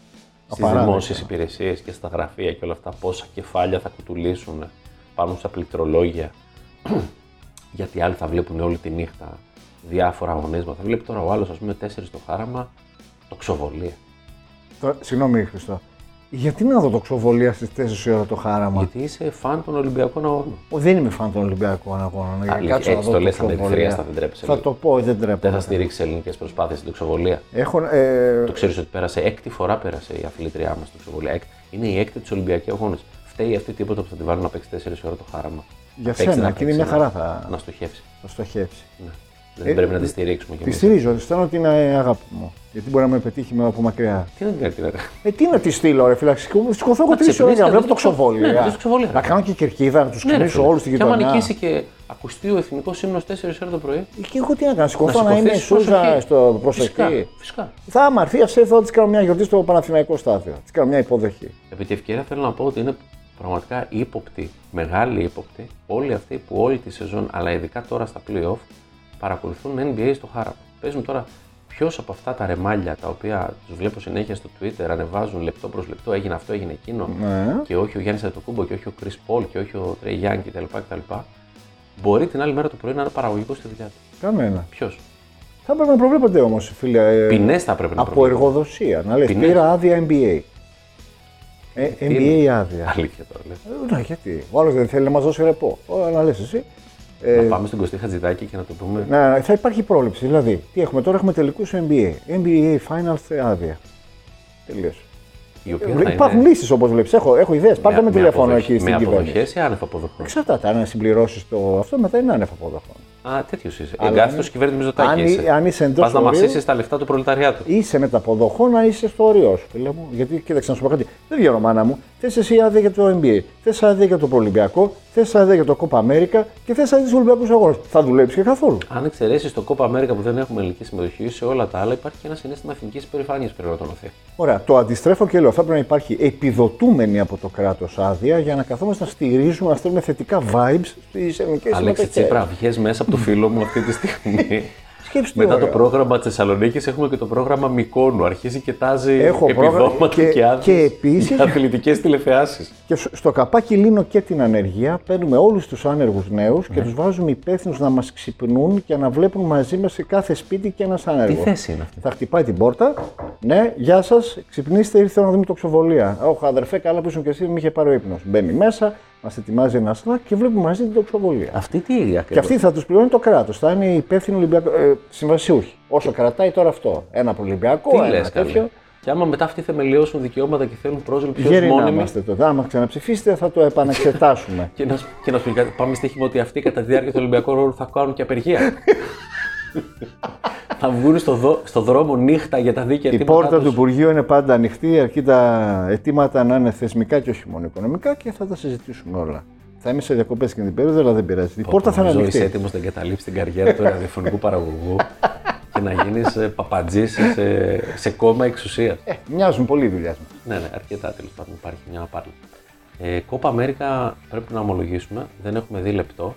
C: Απαράδεκτα.
B: δημόσιες υπηρεσίες και στα γραφεία και όλα αυτά. Πόσα κεφάλια θα κουτουλήσουν πάνω στα πληκτρολόγια. Γιατί άλλοι θα βλέπουν όλη τη νύχτα διάφορα αγωνίσματα. Βλέπει τώρα ο άλλος, ας πούμε, 4 στο χάραμα, τοξοβολία.
C: Συγγνώμη, Χριστό. Γιατί να δω το ξοβολία στις 4 η ώρα το χάραμα.
B: Γιατί είσαι φαν των Ολυμπιακών Αγώνων.
C: Ο, δεν είμαι φαν των Ολυμπιακών Αγώνων. Για
B: Αλήθεια,
C: κάτσω να
B: έτσι
C: δω
B: το λες,
C: ξοβολία.
B: ανελευθερία, θα δεν τρέπεσαι
C: Θα
B: λίγο.
C: το πω, ε, δεν
B: Δεν θα
C: τρέπεσαι.
B: στηρίξεις ελληνικές προσπάθειες στην τοξοβολία.
C: Έχω, ε,
B: Το ξέρεις ότι πέρασε έκτη φορά πέρασε η αθλήτριά μας στην Ξεβολία. Έκ- Είναι η έκτη του Ολυμπιακή Αγώνε. Φταίει αυτή τίποτα που θα τη βάλουν να παίξει 4 ώρα το χάραμα.
C: Για
B: Παίξει
C: σένα,
B: να
C: εκείνη μια
B: παίξει,
C: χαρά
B: να-
C: θα-
B: Να στοχεύσει.
C: το στοχεύσει.
B: Ναι. Δεν πρέπει να τη στηρίξουμε κι
C: Τη
B: εμείς.
C: στηρίζω, τη στέλνω την ε, αγάπη μου. Γιατί μπορεί να με πετύχει με από μακριά.
B: Τι να την κάνει την ώρα.
C: Ε, τι να τη στείλω, ρε φίλε. Σκοθώ εγώ τρει
B: ξυπνήσεις
C: ώρε να
B: και
C: βλέπω
B: να
C: το
B: δεις το ξοβολία. Ναι, να
C: ξοβόλιο.
B: δεις το ξοβολία.
C: Να κάνω και κερκίδα, να τους
B: Ναι, ρε
C: ξυπνήσω
B: φίλε.
C: όλους στην
B: Και άμα
C: γειτονιά.
B: νικήσει και ακουστεί ο εθνικός ύμνο 4 ώρα το πρωί.
C: Και εγώ τι να κάνω, σκοθώ να
B: σηκωθείς,
C: είμαι η Σούζα
B: προσοχή.
C: στο
B: Φυσικά.
C: προσεκτή.
B: Φυσικά.
C: Θα είμαι αρθία, σε εδώ της κάνω μια γιορτή στο Παναθηναϊκό στάδιο. Της κάνω μια υποδοχή.
B: Επί τη ευκαιρία θέλω να πω ότι είναι πραγματικά ύποπτη, μεγάλη ύποπτη, όλοι αυτοί που όλη τη σεζόν, αλλά ειδικά τώρα στα playoff, παρακολουθούν NBA στο χάραμα. Παίζουν τώρα ποιος από αυτά τα ρεμάλια τα οποία τους βλέπω συνέχεια στο Twitter ανεβάζουν λεπτό προς λεπτό, έγινε αυτό, έγινε εκείνο,
C: Ναι.
B: και όχι ο Γιάννης Αντοκούμπο, και όχι ο Chris Paul, και όχι ο Τρέι Γιάννη κτλ, κτλ. Μπορεί την άλλη μέρα το πρωί να είναι παραγωγικός στη δουλειά του.
C: Κανένα.
B: Ποιος.
C: Θα πρέπει να προβλέπονται όμως, φίλε. ε,
B: Ποινές θα πρέπει να ναι.
C: από
B: προβλέπουν.
C: εργοδοσία. Να λες,
B: Ποινές.
C: πήρα άδεια MBA. Ε, MBA άδεια.
B: Αλήθεια τώρα λες.
C: Ε, Ναι, γιατί. Ο άλλος δεν θέλει να μας δώσει ρεπό. Ωραία, να λες εσύ. Ε,
B: Να πάμε στον Κωστή Χατζηδάκη και να το πούμε.
C: Να, θα υπάρχει πρόληψη. Δηλαδή, τι έχουμε τώρα, έχουμε τελικούς NBA. NBA Finals ε, άδεια. Τελείωσε.
B: Η οποία θα
C: Ε, Υπάρχουν
B: είναι
C: λύσεις όπως βλέπεις. Έχω, έχω ιδέες. Πάρτε με τηλέφωνο
B: αποδοχ-
C: εκεί στην
B: Με
C: κυβέρνηση.
B: αποδοχές ή άνευ αποδοχών.
C: Εξαρτάται αν συμπληρώσεις το αυτό, μετά είναι άνευ αποδοχών.
B: Α, τέτοιος είσαι.
C: Αλλά
B: Εγκάθιτο
C: αν-
B: κυβέρνητη Μητσοτάκη.
C: αν-
B: είσαι.
C: αν είσαι εντός
B: Πας να
C: ορίου-
B: μασίσει τα λεφτά του προλεταριάτου.
C: Είσαι μεταποδοχό να είσαι στο όριό σου, φίλε μου. Γιατί κοίταξε να σου πω κάτι. Δεν βγαίνω μάνα μου. Θες εσύ άδεια για το NBA, θες άδεια για το Προλυμπιακό, θε άδεια για το Κόπα Αμέρικα και θες άδεια τους Ολυμπιακούς Αγώνες. Θα δουλέψεις και καθόλου.
B: Αν εξαιρέσεις το Copa America που δεν έχουμε ελληνική συμμετοχή, σε όλα τα άλλα υπάρχει και ένα συνέστημα εθνικής υπερηφάνειας που πρέπει να τονωθεί.
C: Ωραία, το αντιστρέφω και λέω: Θα πρέπει να υπάρχει επιδοτούμενη από το κράτος άδεια για να καθόμαστε να στηρίζουμε, να στέλνουμε θετικά vibes στις ελληνικές
B: Αλέξη
C: συμμετοχές.
B: Τσίπρα, βγες μέσα από το φίλο μου αυτή τη στιγμή.
C: Σκέψτε
B: Μετά
C: ωραία.
B: το πρόγραμμα τη Θεσσαλονίκης έχουμε και το πρόγραμμα Μικόνου. Αρχίζει και τάζει
C: Έχω
B: επιδόματα
C: πρόγραμμα
B: και,
C: και-
B: και άδειες
C: και επίσης-
B: για αθλητικές τηλεφεάσει.
C: Και σ- στο καπάκι λύνω και την ανεργία. Παίρνουμε όλους τους άνεργους νέους
B: Ναι.
C: και τους βάζουμε υπεύθυνους να μας ξυπνούν και να βλέπουν μαζί μας σε κάθε σπίτι και ένας άνεργος.
B: θέση είναι αυτή?
C: Θα χτυπάει την πόρτα. Ναι, γεια σας, ξυπνήστε, ήρθε να δούμε τοξοβολία. Όχι, αδερφέ, καλά που ήσουν και εσύ, δεν με είχε πάρει ο ύπνος. Μπαίνει μέσα, μας ετοιμάζει ένα σλακ και βλέπουμε μαζί την τοξοβολία.
B: Αυτή τι ακριβώς.
C: Και αυτή θα τους πληρώνει το κράτος. Θα είναι υπεύθυνοι Ολυμπιακό. Ε, συμβασιούχοι. Όσο κρατάει τώρα αυτό. Ένα από Ολυμπιακό,
B: Τι
C: ένα
B: λες,
C: τέτοιο.
B: καλέ. Και άμα μετά αυτοί θεμελιώσουν δικαιώματα και θέλουν πρόσληψη ω
C: Γέροι να
B: μόνιμη.
C: είμαστε τότε. Άμα ξαναψηφίσετε, θα το επαναξετάσουμε.
B: Και να, σου- και να σου πει κάτι, πάμε στοίχημα ότι αυτοί κατά τη διάρκεια του Ολυμπιακού ρόλου θα κάνουν και απεργία. θα βγουν στο, δο- στο δρόμο νύχτα για τα δίκαια
C: Η
B: αιτήματά
C: πόρτα τους
B: τους.
C: Υπουργείου είναι πάντα ανοιχτή, αρκεί τα αιτήματα να είναι θεσμικά και όχι μόνο οικονομικά και θα τα συζητήσουμε όλα. Θα είμαι σε διακοπές και την περίοδο, αλλά δεν πειράζει. Η πόρτα θα είναι
B: Νομίζω είσαι
C: ανοιχτή.
B: έτοιμος να εγκαταλείψει την καριέρα του ραδιοφωνικού παραγωγού και να γίνεις παπατζή σε, σε κόμμα εξουσίας.
C: Ε, μοιάζουν πολύ οι δουλειές μας.
B: ναι, ναι, αρκετά τέλος πάντων υπάρχει μια πάρλη. Ε, Κόπα Αμέρικα πρέπει να ομολογήσουμε, δεν έχουμε δει λεπτό.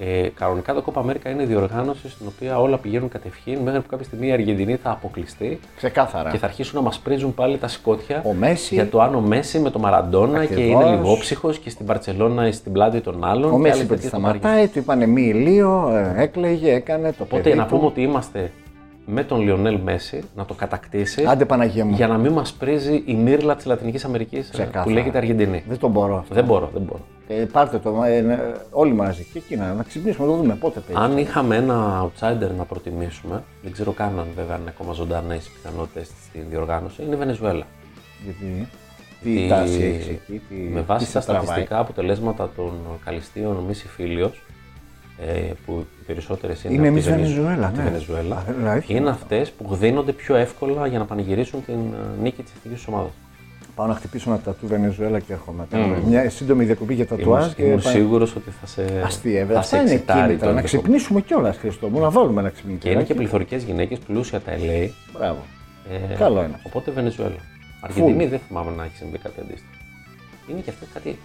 B: Ε, κανονικά το Κόπα Αμέρικα είναι η διοργάνωση στην οποία όλα πηγαίνουν κατευχήν μέχρι που κάποια στιγμή η Αργεντινή θα αποκλειστεί
C: Ξεκάθαρα.
B: και θα αρχίσουν να μας πρίζουν πάλι τα σηκώτια
C: Ο Μέση.
B: για το αν ο Μέση με το Μαραντόνα και
C: Ακριβώς.
B: είναι λιγόψυχος και στην Παρσελώνα στην πλάτη των άλλων.
C: Ο
B: και
C: Μέση
B: άλλες
C: είπε ότι
B: τέτοιες παπαριές.
C: σταματάει, του είπανε μη ηλίο, ε, έκλαιγε, έκανε το
B: Οπότε
C: παιδί
B: να
C: του.
B: πούμε ότι είμαστε με τον Λιονέλ Μέση να το κατακτήσει
C: Άντε Παναγία μου.
B: για να μην μας πρίζει η μύρλα της Λατινικής Αμερικής ε, που
C: Ξεκάθαρα.
B: λέγεται Αργεντινή.
C: Δεν τον μπορώ.
B: Δεν μπορώ, δεν μπορώ.
C: Ε, πάρτε το ε, ε, όλοι μαζί και εκεί να, να ξυπνήσουμε, να το δούμε πότε παίζει.
B: Αν είχαμε ένα outsider να προτιμήσουμε, δεν ξέρω καν αν βέβαια είναι ακόμα ζωντανές οι πιθανότητες στην διοργάνωση, είναι η Βενεζουέλα.
C: Γιατί τι τάση έχεις εκεί, τι,
B: με
C: τι
B: βάση τα
C: σε τραβάει.
B: στατιστικά αποτελέσματα των καλυστίων μη συμφίλιο, ε, που οι περισσότερες είναι,
C: Είναι
B: από τη
C: μη Βενεζουέλα,
B: από τη
C: ναι.
B: Βενεζουέλα,
C: Α, αλήθεια.
B: είναι αυτές που δίνονται πιο εύκολα για να πανηγυρίσουν την ε, νίκη της εθνικής ομάδας.
C: Πάω να χτυπήσω ένα τατού Βενεζουέλα και έρχομαι. Μια σύντομη διακοπή για τατουάζ
B: Ήμουν,
C: και
B: ήμουν
C: πα-
B: σίγουρος ότι θα σε.
C: Αστεία,
B: θα
C: βέβαια.
B: σε
C: Αυτά είναι
B: εξητάρει το
C: κίνητρα. Να
B: ενδεχόμενο.
C: ξυπνήσουμε κιόλας, Χριστό μου, να βάλουμε ένα
B: Και είναι
C: ξυπνητήρι.
B: και πληθωρικές γυναίκες, πλούσια τα LA.
C: Μπράβο.
B: Ε,
C: Καλό είναι.
B: Οπότε Βενεζουέλα. Αργεντινή δεν θυμάμαι να έχει συμβεί κάτι αντίστοιχο. Είναι και αυτέ κάτι.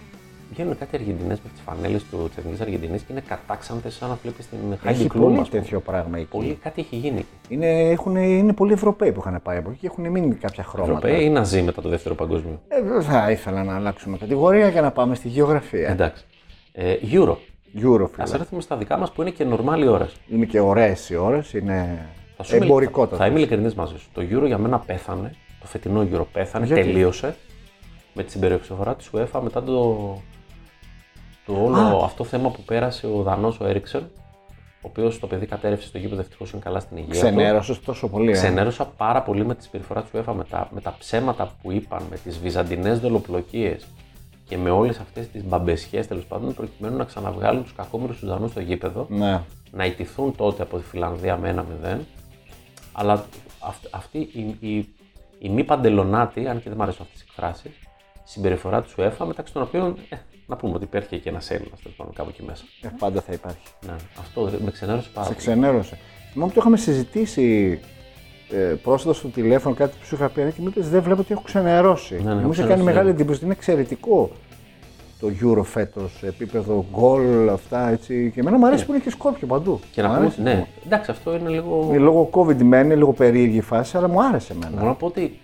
B: Βγαίνουν κάτι Αργεντινές με τις φανέλες του τη Εθνική Αργεντινής και είναι κατάξαντε σαν να βλέπεις την Χάιντι
C: Έχει
B: Κλούν.
C: πολύ
B: ας πούμε.
C: τέτοιο πράγμα εκεί.
B: Πολύ κάτι έχει γίνει. εκεί.
C: Είναι, έχουν, είναι πολλοί Ευρωπαίοι που είχαν πάει από εκεί και έχουν μείνει κάποια χρώματα.
B: Ευρωπαίοι ή Ναζί μετά το δεύτερο παγκόσμιο.
C: Ε, δεν θα ήθελα να αλλάξουμε κατηγορία για να πάμε στη γεωγραφία.
B: Εντάξει. Ε, Euro.
C: Euro,
B: Α
C: φίλε.
B: έρθουμε στα δικά μας που είναι και normal ώρα.
C: Είναι και ωραίες οι ώρες, είναι εμπορικότατο.
B: Θα είμαι ειλικρινής μαζί σου. Το Euro για μένα πέθανε. Το φετινό Euro πέθανε.
C: Γιατί?
B: Τελείωσε. Με τη συμπεριφορά της UEFA μετά το, το όλο αυτό θέμα που πέρασε ο Δανός ο Έριξεν, ο οποίος το παιδί κατέρευσε στο γήπεδο ευτυχώς είναι καλά στην υγεία. του.
C: Ξενέρωσες τόσο πολύ. ε.
B: Ξενέρωσα πάρα πολύ με τη συμπεριφορά της UEFA μετά, με τα ψέματα που είπαν, με τις βυζαντινές δολοπλοκίες και με όλες αυτές τις μπαμπεσιές τέλος πάντων, προκειμένου να ξαναβγάλουν τους κακόμοιρους τους Δανούς στο γήπεδο
C: Ναι.
B: να ιτηθούν τότε από τη Φιλανδία με 1-0. Αλλά αυ- αυτή η, η, η μη παντελονάτη, αν και δεν μου αρέσουν αυτές τι εκφράσεις, συμπεριφορά του UEFA, μεταξύ των οποίων ε, να πούμε ότι υπήρχε και ένας Έλληνας τέλος πάντων κάπου εκεί μέσα.
C: Ε, πάντα θα υπάρχει.
B: Ναι, αυτό δε- με ξενέρωσε πάρα
C: Σε
B: πολύ.
C: ξενέρωσε. Θυμάμαι ότι το είχαμε συζητήσει ε, πρόσφατα στο τηλέφωνο κάτι που σου είχα πει «Ρε, και μου είπες, Δεν βλέπω ότι έχω ξενερώσει.
B: ναι, έχω
C: μου είχε κάνει
B: ξενερώσει,
C: μεγάλη
B: ναι.
C: εντύπωση. Είναι εξαιρετικό το Euro φέτος, επίπεδο γκολ, αυτά έτσι. Και εμένα μου αρέσει που είναι και σκόπιο παντού.
B: Ναι. Και να
C: Μου
B: πούμε,
C: αρέσει.
B: ναι, εντάξει, αυτό είναι λίγο.
C: Είναι Λόγω COVID μένει, λίγο περίεργη η φάση, αλλά μου άρεσε εμένα.
B: Μπορώ να πω ότι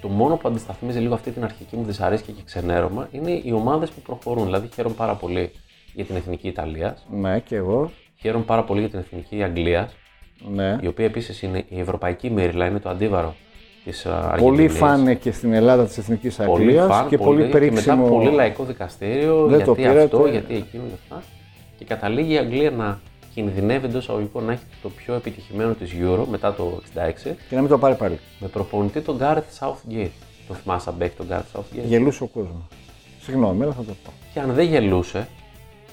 B: το μόνο που αντισταθμίζει λίγο αυτή την αρχική μου δυσαρέσκεια και ξενέρωμα είναι οι ομάδες που προχωρούν. Δηλαδή, χαίρομαι πάρα πολύ για την εθνική Ιταλίας,
C: Ναι, και εγώ.
B: χαίρομαι πάρα πολύ για την εθνική Αγγλίας,
C: Ναι.
B: η οποία επίσης είναι η ευρωπαϊκή μύρλα, είναι το αντίβαρο ε, τη Αργεντινή.
C: Πολύ φάνε και στην Ελλάδα της Εθνικής Αγγλία και πολύ
B: Και μετά
C: περίξιμο.
B: πολύ λαϊκό δικαστήριο.
C: Δεν το
B: γιατί
C: πήρα,
B: αυτό,
C: το-
B: γιατί εκείνο και αυτά. Και καταλήγει η Αγγλία να κινδυνεύει εντός αγωγικών να έχει το πιο επιτυχημένο της Euro μετά το 66
C: Και να μην το πάρει πάλι.
B: με προπονητή τον Gareth Southgate. Το θυμάσαι αν παίκτη τον Gareth Southgate.
C: Γελούσε ο κόσμος. Συγγνώμη, αλλά θα το πω.
B: Και αν δεν γελούσε,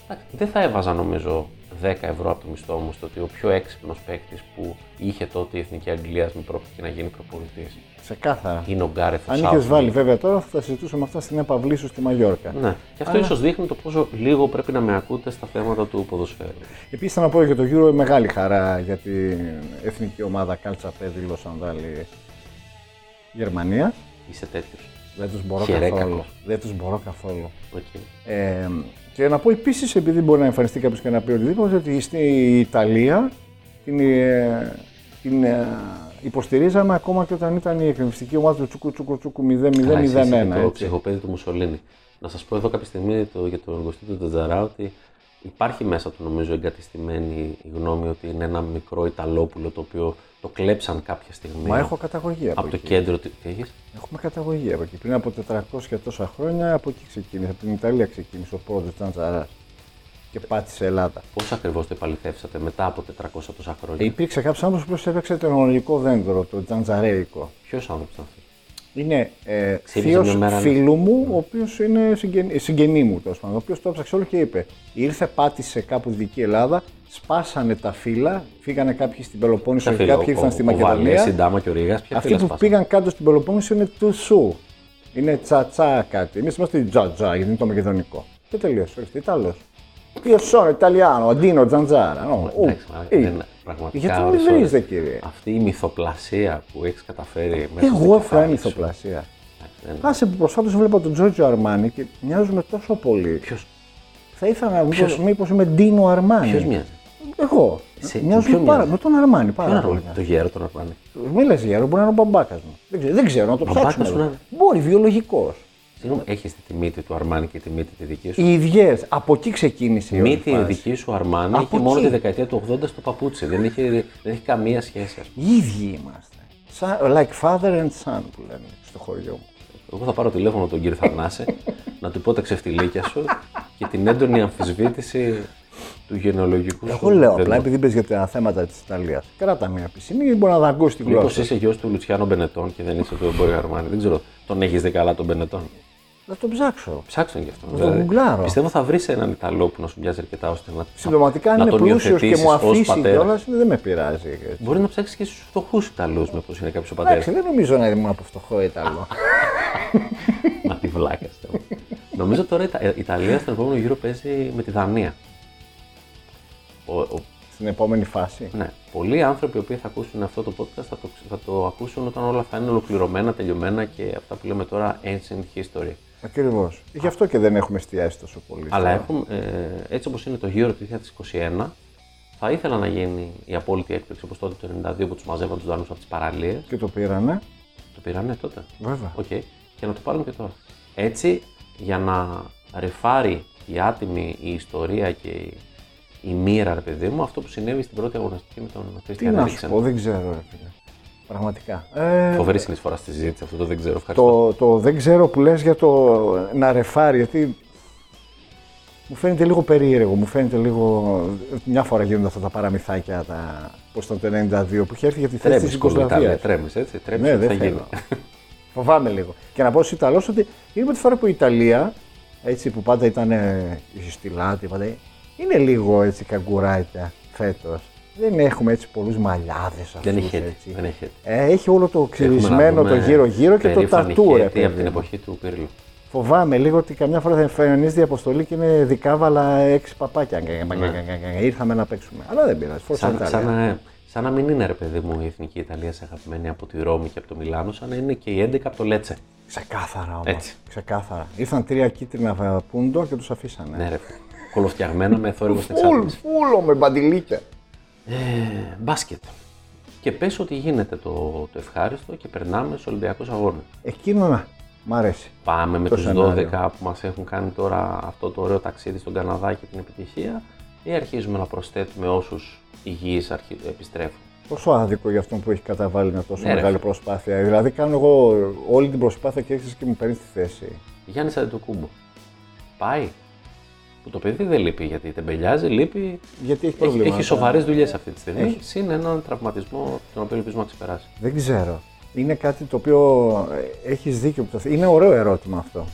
B: εντάξει, δεν θα έβαζα νομίζω 10 ευρώ από το μισθό μου στο ότι ο πιο έξυπνος παίκτης που είχε τότε η Εθνική Αγγλία με πρόκειται να γίνει προπονητής
C: Ξεκάθαρα.
B: είναι ο Γκάρεθ
C: Αν είχες βάλει βέβαια τώρα, θα τα συζητούσαμε αυτά στην επαυλή σου στη Μαγιόρκα.
B: Ναι, και αυτό ίσως δείχνει το πόσο λίγο πρέπει να με ακούτε στα θέματα του ποδοσφαίρου.
C: Επίσης, θα να πω για το Euro μεγάλη χαρά για την εθνική ομάδα Κάλτσα Πέδη Λοσανδάλη Γερμανία.
B: Είσαι τέτοιος.
C: Δεν τους μπορώ
B: Χερέκακος.
C: καθόλου. Δεν τους μπορώ καθόλου.
B: Okay.
C: Ε, και να πω επίσης, επειδή μπορεί να εμφανιστεί κάποιος και να πει οτιδήποτε, ότι στην Ιταλία την, ε, την ε, υποστηρίζαμε ακόμα και όταν ήταν η εκνευστική ομάδα του Τσούκου Τσούκου Τσούκου 0-0-0-1.
B: το
C: έτσι.
B: ψυχοπαίδι του Μουσολίνη. Να σας πω εδώ κάποια στιγμή το, για τον εργοστή του Τατζαρά ότι υπάρχει μέσα του νομίζω εγκατεστημένη η γνώμη ότι είναι ένα μικρό Ιταλόπουλο το οποίο το κλέψαν κάποια στιγμή.
C: Μα έχω καταγωγή από,
B: από το
C: εκεί.
B: κέντρο. Τι τι έχεις?
C: Έχουμε καταγωγή από εκεί. Πριν από 400 και τόσα χρόνια από εκεί ξεκίνησε. Από την Ιταλία ξεκίνησε ο πρώτο Τζαντζαρά και πάτησε Ελλάδα.
B: Πώς ακριβώς το επαληθεύσατε μετά από 400 τόσα
C: Ε,
B: χρόνια.
C: Υπήρξε κάποιος άνθρωπος που έπαιξε το ενολογικό δέντρο, το Τζαντζαρέικο.
B: Ποιος άνθρωπος ήταν αυτός.
C: Είναι ε,
B: Ξύπνησε
C: θείος
B: μια μέρα, ναι.
C: φίλου μου, ο οποίος είναι συγγενή, συγγενή μου, τέλος πάντων, ο οποίος το έψαξε όλο και είπε: Ήρθε, πάτησε κάπου δική Ελλάδα, σπάσανε τα φύλλα, φύγανε κάποιοι στην Πελοπόννησο, και κάποιοι ήρθαν στη Μακεδονία.
B: η Ντάμα και ο Ρίγας. Ποια
C: Αυτοί
B: φύλλα
C: που
B: σπάσανε.
C: πήγαν κάτω στην Πελοπόννησο είναι του σου. Είναι τσατσά κάτι. Εμείς είμαστε τζατζά, γιατί είναι το μακεδονικό. Και τελείωσε. Ορίστε, Ιταλός. Io sono Italiano, Αντίνο Τζαντζάρα. No. Ου,
B: Εντάξει, μα,
C: ε,
B: δεν- πραγματικά,
C: Γιατί με
B: ώρες,
C: βρίζετε,
B: ώρες.
C: κύριε. Ε,
B: Αυτή η μυθοπλασία που έχεις καταφέρει μέσα στην
C: Εγώ έφερα
B: κεφάλι σου.
C: μυθοπλασία.
B: Εντάξει, δεν-
C: Άσε που προσφάτως βλέπω τον Τζόρτζο Αρμάνι και μοιάζουμε τόσο πολύ.
B: Ποιος-
C: Θα ήθελα να μήπως, μήπως είμαι Ντίνο Αρμάνι.
B: Ποιος μοιάζει.
C: Εγώ.
B: Σε-
C: μοιάζουμε
B: ποιον
C: πάρα
B: μοιάζει?
C: με τον Αρμάνι. Πάρα
B: Ποιον
C: πολύ.
B: αρμάνι, το γέρο τον αρμάνι.
C: Μη λες γέρο, μπορεί να είναι ο μπαμπάκας μου. Δεν ξέρω, δεν ξέρω να το
B: Μπαμπάκας
C: ψάξουμε.
B: σου
C: εδώ.
B: να-
C: Μπορεί, βιολογικός.
B: Συγγνώμη, έχεις τη μύτη του αρμάνι και τη μύτη τη δική σου.
C: Οι ιδιές, από εκεί ξεκίνησε η
B: Η
C: όλη
B: μύτη
C: φάση.
B: δική σου αρμάνι
C: Από
B: είχε μόνο
C: εκεί.
B: τη δεκαετία του 80 στο παπούτσι. Δεν είχε, δεν είχε καμία σχέση, ας πούμε.
C: Οι ίδιοι είμαστε. Σαν- Like father and son που λένε στο χωριό μου.
B: Εγώ θα πάρω τηλέφωνο τον κύριο Θανάση να του πω τα ξεφτιλίκια σου και την έντονη αμφισβήτηση του γενεολογικού σου.
C: Εγώ λέω απλά, επειδή πες για τα θέματα της Ιταλίας. Κράτα μια πισινή γιατί μπορεί να δαγκώσει τη
B: Μήπως
C: γλώσσα.
B: είσαι γιος του Λουτσιάνο Μπενετών και δεν είσαι του Εμπόριο Αρμάνι. Δεν ξέρω, τον έχεις δει καλά τον Μπενετών.
C: Να το ψάξω.
B: Ψάξτε τον κι αυτόν.
C: Θα το γκουγκλάρω.
B: Δηλαδή, πιστεύω θα βρεις έναν Ιταλό που να σου μοιάζει αρκετά ώστε να.
C: Συμπτωματικά, αν
B: να
C: είναι
B: τον
C: πλούσιος και
B: υιοθετήσεις
C: μου
B: ως
C: αφήσει
B: πατέρα.
C: κιόλας, δεν με πειράζει. έτσι.
B: Μπορεί να ψάξεις και στους φτωχούς Ιταλούς με πώ είναι κάποιος ο πατέρας.
C: Εντάξει, δεν νομίζω να ήμουν από φτωχό Ιταλό.
B: Μα τη βλάκα. θέλω. Νομίζω τώρα η Ιτα- η Ιταλία στον επόμενο γύρο παίζει με τη Δανία. Ο, ο-
C: Στην επόμενη φάση.
B: ναι. Πολλοί άνθρωποι οι οποίοι θα ακούσουν αυτό το podcast θα το, θα το ακούσουν όταν όλα θα είναι ολοκληρωμένα, τελειωμένα και αυτά που λέμε τώρα ancient history.
C: Ακριβώς. Γι' αυτό και δεν έχουμε εστιάσει τόσο πολύ.
B: Αλλά έχουμε, ε, έτσι όπως είναι το γύρο του 2021, θα ήθελα να γίνει η απόλυτη έκπληξη όπως τότε το 92 που τους μαζεύαν τους Δανού από τις παραλίες.
C: Και το πήρανε.
B: Το πήρανε τότε.
C: Βέβαια.
B: Οκ. Και να το πάρουν και τώρα. Έτσι, για να ρεφάρει η άτιμη η ιστορία και η, η μοίρα, ρε παιδί μου, αυτό που συνέβη στην πρώτη αγωνιστική με τον
C: Τι
B: Κρίστιαν
C: να σου πω,
B: Έριξεν.
C: δεν ξέρω. Ρε, φίλε. Πραγματικά. Ε,
B: Φοβερή συνεισφορά στη συζήτηση, αυτό το δεν ξέρω. Ευχαριστώ.
C: το, το δεν ξέρω που λες για το να ρεφάρει, γιατί μου φαίνεται λίγο περίεργο, μου φαίνεται λίγο... Μια φορά γίνονται αυτά τα παραμυθάκια, τα... πώς ήταν το 92, που είχε έρθει για τη θέση
B: Τρέμεις
C: της
B: πολύ Ιταλία,
C: Ιγκοσλαβίας.
B: τρέμεις, έτσι, τρέμεις,
C: Ναι,
B: ότι θα
C: δεν
B: γίνει.
C: θέλω. Φοβάμαι λίγο. Και να πω στους Ιταλό ότι είναι η πρώτη φορά που η Ιταλία, έτσι που πάντα ήταν ε, στη Λάτη, πάντα, είναι λίγο έτσι καγκουράκια φέτος. Δεν έχουμε έτσι πολλούς μαλλιάδες αυτού.
B: Δεν έχει έτσι, δεν έχει έτσι.
C: Ε, έχει όλο το
B: Έχουμε να
C: ξυρισμένο το
B: δούμε
C: γύρω-γύρω και το
B: περήφανη
C: τατού, ρε
B: χέτη από
C: παιδί
B: την
C: μου.
B: εποχή του Πύρλου.
C: Φοβάμαι λίγο ότι καμιά φορά θα εμφανίζεται η αποστολή και είναι δικάβαλα έξι παπάκια. Ήρθαμε να παίξουμε. Αλλά δεν πειράζει. Φόρσα
B: Σαν, σαν,
C: Ιταλία.
B: να, σαν να μην είναι, ρε παιδί μου, η Εθνική Ιταλία σε αγαπημένη από τη Ρώμη και από το Μιλάνο, σαν να είναι και η 11 από το Λέτσε.
C: Ξεκάθαρα όμως.
B: Έτσι.
C: Ξεκάθαρα. Ήρθαν τρία κίτρινα πούντο και τους αφήσανε.
B: Ναι, ρε. Κολοφτιαγμένα με θόρυβο στην
C: Φουλ,
B: εξάρτηση.
C: φούλο με μπαντιλίκια.
B: Ε, μπάσκετ. Και πες ότι γίνεται το, το ευχάριστο και περνάμε στους Ολυμπιακούς Αγώνες.
C: Εκείνο να. Μ' αρέσει.
B: Πάμε με
C: Το
B: τους
C: σενάριο.
B: 12 που μας έχουν κάνει τώρα αυτό το ωραίο ταξίδι στον Καναδά και την επιτυχία ή αρχίζουμε να προσθέτουμε όσους υγιείς αρχι... επιστρέφουν.
C: Πόσο άδικο για αυτόν που έχει καταβάλει μια τόσο
B: Ναι, ρε,
C: μεγάλη
B: φίλε.
C: προσπάθεια. Δηλαδή, κάνω εγώ όλη την προσπάθεια και έρχεσαι και μου παίρνεις τη θέση.
B: Γιάννης Αντετοκούμπο. Πάει. Που το παιδί δεν λείπει γιατί τεμπελιάζει, λείπει.
C: Γιατί
B: Έχει,
C: έχει προβλήματα.
B: έχει σοβαρές δουλειές αυτή τη στιγμή,
C: Έχει.
B: συν έναν τραυματισμό τον οποίο ελπίζουμε να ξεπεράσει.
C: Δεν ξέρω. Είναι κάτι το οποίο έχεις δίκιο που το θε- Είναι ωραίο ερώτημα αυτό.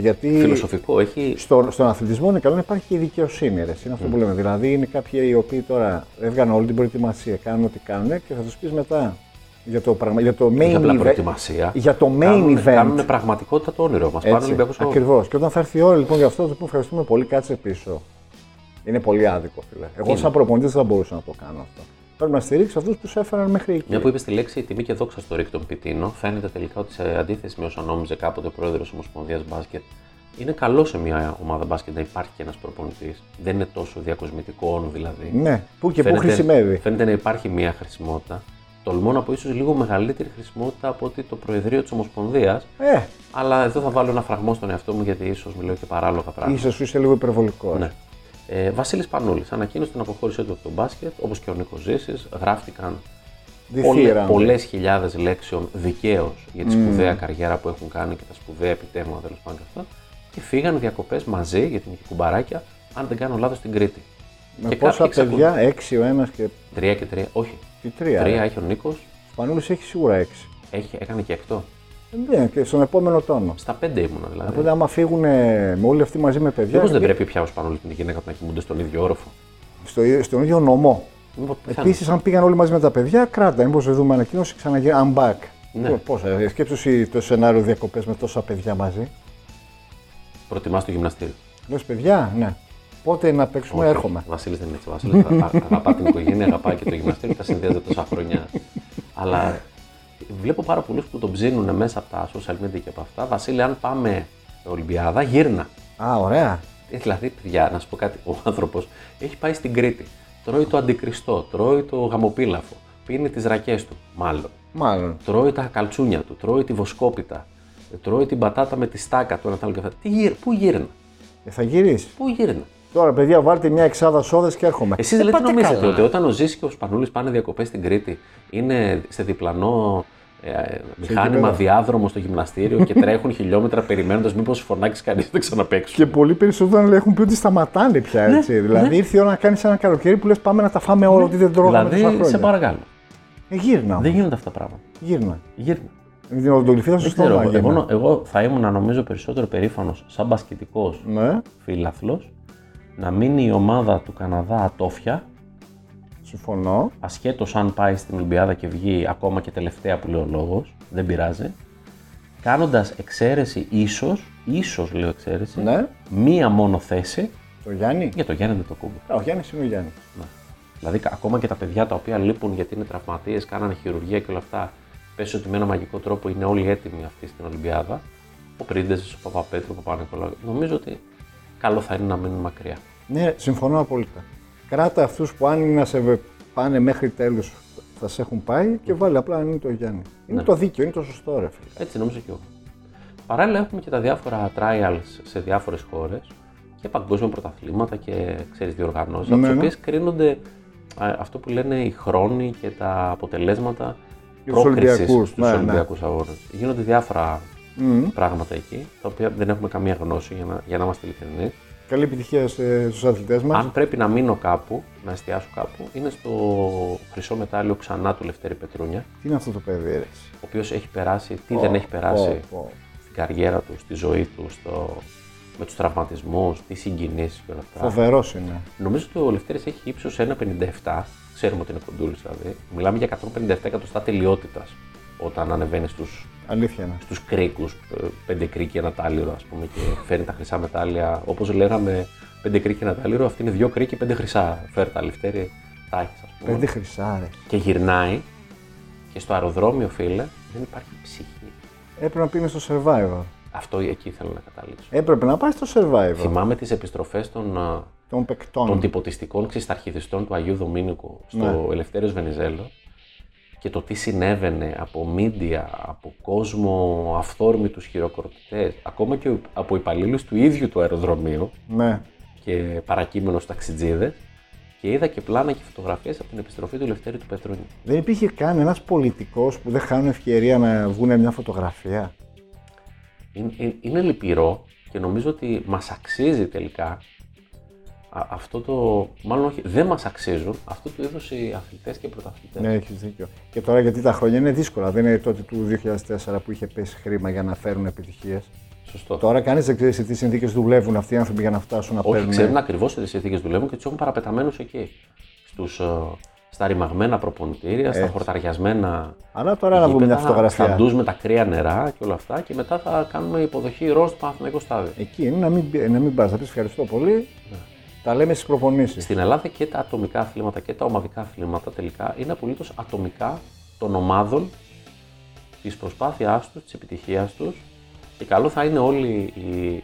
C: Γιατί
B: Φιλοσοφικό, έχει
C: στο, στον αθλητισμό είναι καλό να υπάρχει και η δικαιοσύνη. Ρε. Είναι αυτό που λέμε. Δηλαδή, είναι κάποιοι οι οποίοι τώρα έβγαναν όλη την προετοιμασία, κάνουν ό,τι κάνουν και θα τους πεις μετά για το, πραγμα- για το
B: για
C: main
B: απλά
C: event.
B: προετοιμασία.
C: Για το main
B: κάνουν,
C: event.
B: κάνουν πραγματικότητα το όνειρο μας. Πάνω Ολυμπιακού Αγώνε.
C: Ακριβώς. Και όταν θα έρθει η ώρα λοιπόν για αυτό, θα του πούμε ευχαριστούμε πολύ, κάτσε πίσω. Είναι πολύ άδικο, φίλε. Εγώ, σαν προπονητής, δεν θα μπορούσα να το κάνω αυτό. Πρέπει να στηρίξω αυτούς που σε έφεραν μέχρι εκεί.
B: Μια που είπες τη λέξη τιμή και δόξα στο ρίκ των Πιτίνο, φαίνεται τελικά ότι σε αντίθεση με όσα νόμιζε κάποτε ο πρόεδρος Ομοσπονδίας Μπάσκετ, είναι καλό σε μια ομάδα μπάσκετ να υπάρχει και ένας προπονητής. Δεν είναι τόσο διακοσμητικό όν δηλαδή.
C: Ναι, πού και πού χρησιμεύει.
B: Φαίνεται να υπάρχει μια χρησιμότητα. Τολμώ να πω ίσως λίγο μεγαλύτερη χρησιμότητα από ότι το Προεδρείο της Ομοσπονδίας.
C: Ε,
B: Αλλά εδώ θα βάλω ένα φραγμό στον εαυτό μου γιατί ίσως μιλάω και παράλογα πράγματα.
C: ίσως σου είσαι λίγο υπερβολικός.
B: Ναι. Ε, Βασίλης Πανούλης ανακοίνωσε την αποχώρησή του από τον μπάσκετ, όπως και ο Νίκος Ζήσης. Γράφτηκαν
C: Διθύραν.
B: πολλέ χιλιάδες λέξεων δικαίως για τη σπουδαία
C: Mm.
B: καριέρα που έχουν κάνει και τα σπουδαία επιτεύγματα τέλος πάντων και αυτά. Και φύγαν διακοπές μαζί για την κουμπαράκια, αν δεν κάνω λάθος, στην Κρήτη. Ε,
C: Με πόσα παιδιά, έξι ο ένας και
B: Τρία και τρία, όχι.
C: τι τρία.
B: Τρία
C: ρε.
B: έχει ο Νίκος,
C: Ο Σπανούλης έχει σίγουρα έξι.
B: έκανε και εκτό.
C: Ναι, και στον επόμενο τόνο.
B: Στα πέντε ήμουνα δηλαδή.
C: Οπότε, άμα φύγουν με όλοι αυτοί μαζί με παιδιά.
B: Μήπω δεν πρέπει πια ο Σπανούλης και την γυναίκα του να κοιμούνται στον ίδιο όροφο.
C: στο, ίδιο- στον ίδιο νομό.
B: Μήπως πιθανόν.
C: Επίσης, αν πήγαν όλοι μαζί με τα παιδιά, κράτα. Μήπως δούμε ανακοίνωση ξαναγίνει. I'm back. Ε,
B: Ναι.
C: Πώ, σκέψου εσύ το σενάριο διακοπές με τόσα παιδιά μαζί.
B: Προτιμάς το γυμναστήριο.
C: Λες παιδιά, ναι. Πότε να παίξουμε, έρχομαι.
B: Ο Βασίλης δεν είναι έτσι. Ο Βασίλη αγαπά την οικογένεια, αγαπάει και το γυμναστήριο, τα συνδυάζεται τόσα χρόνια. Αλλά βλέπω πάρα πολλούς που τον ψήνουν μέσα από τα social media και από αυτά. Βασίλη, αν πάμε Ολυμπιάδα, γύρνα.
C: Α, ωραία.
B: Ε, Δηλαδή, παιδιά, να σου πω κάτι. Ο άνθρωπος έχει πάει στην Κρήτη. Τρώει το αντικριστό, τρώει το γαμοπίλαφο. Πίνει τις ρακές του, μάλλον.
C: Μάλλον.
B: Τρώει τα καλτσούνια του, τρώει τη βοσκόπιτα. ε, Τρώει την πατάτα με τη στάκα του, ένα τ' άλλο και αυτά. Τι γύρ, πού γύρνα,
C: Ε, θα γυρίσεις.
B: πού γύρνα.
C: Τώρα, παιδιά, βάλτε μια εξάδα σόδες και έρχομαι.
B: Εσείς
C: Ε,
B: λέτε
C: πάτε
B: νομίζετε
C: καλά.
B: ότι όταν ο Ζήση και ο Σπανούλης πάνε διακοπές στην Κρήτη, είναι σε διπλανό ε, ε, μηχάνημα
C: γήπεδο.
B: διάδρομο στο γυμναστήριο και τρέχουν χιλιόμετρα περιμένοντας μήπως φωνάξει κανείς δεν ξαναπέξουν.
C: Και πολύ περισσότερο έχουν πει ότι σταματάνε πια έτσι. δηλαδή ήρθε η ώρα να κάνεις ένα καλοκαίρι που λες πάμε να τα φάμε όλα, ότι δεν τρώγαμε τόσα
B: Δηλαδή,
C: χρόνια.
B: σε παρακαλώ.
C: Ε, γύρνα.
B: Δεν γίνονται αυτά τα πράγματα.
C: Γύρνα.
B: Γύρνα.
C: Με την οδοντολυφή θα
B: Δεν
C: σου
B: ξέρω.
C: στόμα
B: Εγώ,
C: γύρνα.
B: εγώ, εγώ θα ήμουν νομίζω περισσότερο περήφανος σαν μπασκετικός
C: Ναι,
B: φίλαθλος να μείνει η ομάδα του Καναδά ατόφια,
C: συμφωνώ.
B: ασχέτως αν πάει στην Ολυμπιάδα και βγει ακόμα και τελευταία που λέει ο λόγος, δεν πειράζει. Κάνοντας εξαίρεση ίσως, ίσως λέω εξαίρεση,
C: Ναι.
B: μία μόνο θέση
C: Το Γιάννη.
B: για το Γιάννη Ντετοκούμπο.
C: Α, Ο Γιάννης είναι ο Γιάννης.
B: Δηλαδή, κα- ακόμα και τα παιδιά τα οποία λείπουν γιατί είναι τραυματίες, κάνανε χειρουργία και όλα αυτά, πες ότι με ένα μαγικό τρόπο είναι όλοι έτοιμοι αυτοί στην Ολυμπιάδα. Ο Πρίντεζη, ο Παπαπέτρου, ο Παπα-Νικολάου. Νομίζω ότι καλό θα είναι να μείνουν μακριά.
C: Ναι, συμφωνώ απόλυτα. Κράτα αυτούς που αν να σε βε- πάνε μέχρι τέλου θα σε έχουν πάει και βάλει απλά αν είναι το Γιάννη.
B: Ναι.
C: Είναι το δίκαιο, είναι το σωστό ρε φίλε.
B: Έτσι νομίζω και εγώ. Παράλληλα, έχουμε και τα διάφορα trials σε διάφορες χώρες και παγκόσμια πρωταθλήματα και ξέρεις διοργανώσεις, από
C: Ναι,
B: τις
C: ναι.
B: οποίες κρίνονται α, αυτό που λένε οι χρόνοι και τα αποτελέσματα
C: Για τους Ολυμπιακούς,
B: στου
C: ναι, ναι.
B: Ολυμπιακούς Αγώνες. Γίνονται διάφορα πράγματα εκεί, τα οποία δεν έχουμε καμία γνώση για να, για να είμαστε ειλικρινεί.
C: Καλή επιτυχία στους αθλητές μας.
B: Αν πρέπει να μείνω κάπου, να εστιάσω κάπου, είναι στο χρυσό μετάλλιο ξανά του Λευτέρη Πετρούνια,
C: Τι είναι αυτό το παιδί, ρε.
B: ο οποίος έχει περάσει, τι δεν έχει περάσει στην καριέρα του, στη ζωή του, στο... με τους τραυματισμούς, τις συγκινήσεις και όλα αυτά.
C: Φοβερός είναι.
B: Νομίζω ότι ο Λευτέρης έχει ύψος 1,57. Ξέρουμε ότι είναι κοντούλης δηλαδή. Μιλάμε για 157 εκατοστά τελειότητας όταν ανεβαίνεις στους
C: Αλήθεια είναι.
B: στους κρίκους, ε, πέντε κρίκοι ένα τάλιρο ας πούμε και φέρνει τα χρυσά μετάλλια. Όπως λέγαμε πέντε κρίκοι ένα τάλιρο, αυτή είναι δύο κρίκοι πέντε χρυσά. Φέρ τα Λευτέρη, τα έχεις ας πούμε.
C: Πέντε χρυσάρε.
B: Και γυρνάει και στο αεροδρόμιο φίλε δεν υπάρχει ψυχή.
C: Έπρεπε να πήγαινε στο survivor.
B: Αυτό εκεί θέλω να καταλήξω.
C: Έπρεπε να πάει στο survivor
B: Ε. Θυμάμαι τις επιστροφές των, α,
C: των
B: των
C: παικτών.
B: τυποτιστικών ξυσταρχιδιστών του Αγίου Δομήνικου στο Ελευθέριος Βενιζέλο και το τι συνέβαινε από μίντια, από κόσμο, αυθόρμητους χειροκροτητές, ακόμα και από υπαλλήλους του ίδιου του αεροδρομίου
C: Ναι.
B: και παρακείμενος στους ταξιτζίδες και είδα και πλάνα και φωτογραφίες από την επιστροφή του Ελευθέρη του Πετρούνιου.
C: Δεν υπήρχε καν ένας πολιτικός που δεν χάνουν ευκαιρία να βγουν μια φωτογραφία.
B: Είναι, είναι- είναι λυπηρό και νομίζω ότι μας αξίζει τελικά α- αυτό το, μάλλον όχι, δεν μας αξίζουν αυτού του είδους οι αθλητές και πρωταθλητές.
C: Ναι, έχεις δίκιο. Και τώρα γιατί τα χρόνια είναι δύσκολα. Δεν είναι τότε του 2004 που είχε πέσει χρήμα για να φέρουν επιτυχίες.
B: Σωστό.
C: Τώρα κανείς δεν ξέρει σε τι συνθήκες δουλεύουν αυτοί οι άνθρωποι για να φτάσουν να
B: Όχι,
C: παίρνουν.
B: ξέρουν ακριβώς τι συνθήκες δουλεύουν και τους έχουν παραπεταμένους εκεί. Στους, ε, στα ρημαγμένα προπονητήρια, στα χορταριασμένα.
C: Αλλά τώρα να βγουν μια
B: γήπεδα, Στα
C: φωτογραφία.
B: ντουζ με τα κρύα νερά και όλα αυτά και μετά θα κάνουμε υποδοχή ροζ στο Παναθηναϊκό Στάδιο.
C: Εκεί είναι να μην, πι- να μην πας, να πεις ευχαριστώ πολύ.
B: Ναι.
C: Τα λέμε στις προπονήσεις.
B: Στην Ελλάδα και τα ατομικά αθλήματα και τα ομαδικά αθλήματα τελικά είναι απολύτως ατομικά των ομάδων, της προσπάθειάς τους, της επιτυχίας τους και καλό θα είναι όλοι οι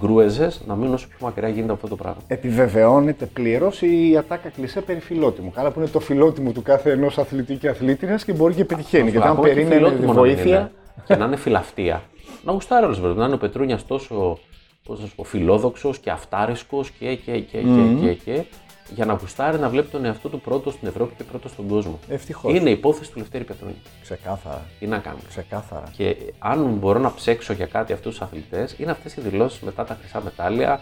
B: γκρούεζες να μείνουν όσο πιο μακριά γίνεται από αυτό το πράγμα.
C: Επιβεβαιώνεται πλήρως η ατάκα κλεισέ περί φιλότιμου. Καλά που είναι το φιλότιμο του κάθε ενός αθλητή και αθλήτριας και μπορεί και πετυχαίνει. Γιατί αν
B: Ακόμα και
C: περίμενε τη
B: φιλότιμο να μην
C: βοήθεια.
B: είναι. και να είναι φιλαυτία. Να γουστάρει όλος βέβαια. Να είναι ο Πετρούνιας τόσο πώς να σου πω, φιλόδοξος και αυτάρισκο και, και, και, και, και, και, για να γουστάρει να βλέπει τον εαυτό του πρώτο στην Ευρώπη και πρώτο στον κόσμο.
C: Ευτυχώς.
B: Είναι υπόθεση του Λευτέρη Πετρούνια.
C: Ξεκάθαρα.
B: Τι να κάνουμε.
C: Ξεκάθαρα.
B: Και αν μπορώ να ψέξω για κάτι αυτούς τους αθλητές, είναι αυτές οι δηλώσεις μετά τα χρυσά μετάλλια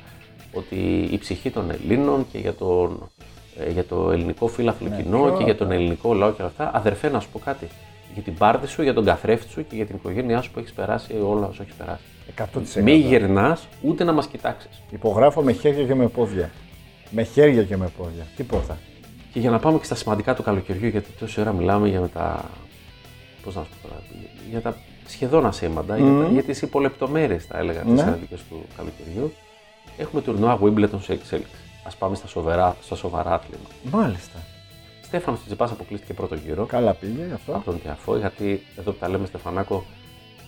B: ότι η ψυχή των Ελλήνων και για, τον, ε, για το ελληνικό φύλαθλο κοινό και για τον ελληνικό λαό και όλα αυτά. Αδερφέ, να σου πω κάτι. Για την πάρτη σου, για τον καθρέφτη σου και για την οικογένειά σου που έχεις περάσει όλα όσα έχεις περάσει.
C: 100%.
B: Μη γυρνά ούτε να μας κοιτάξεις.
C: Υπογράφω με χέρια και με πόδια. Με χέρια και με πόδια. Τίποτα.
B: Και για να πάμε και στα σημαντικά του καλοκαιριού, γιατί τόση ώρα μιλάμε για τα. Πώς να σου πω τώρα, για
C: Ναι.
B: τα σχεδόν ασήμαντα, για, τα, για τι υπολεπτομέρειε, θα έλεγα, τι συναντικέ του καλοκαιριού. Έχουμε τουρνουά Wimbledon σε εξέλιξη. Ας πάμε στα σοβαρά, στα σοβαρά άθλημα.
C: Μάλιστα.
B: Στέφανος Τσιπά αποκλείστηκε πρώτο γύρο.
C: Καλά πήγε αυτό.
B: από τον Τιαφό, γιατί εδώ που τα λέμε Στεφανάκο,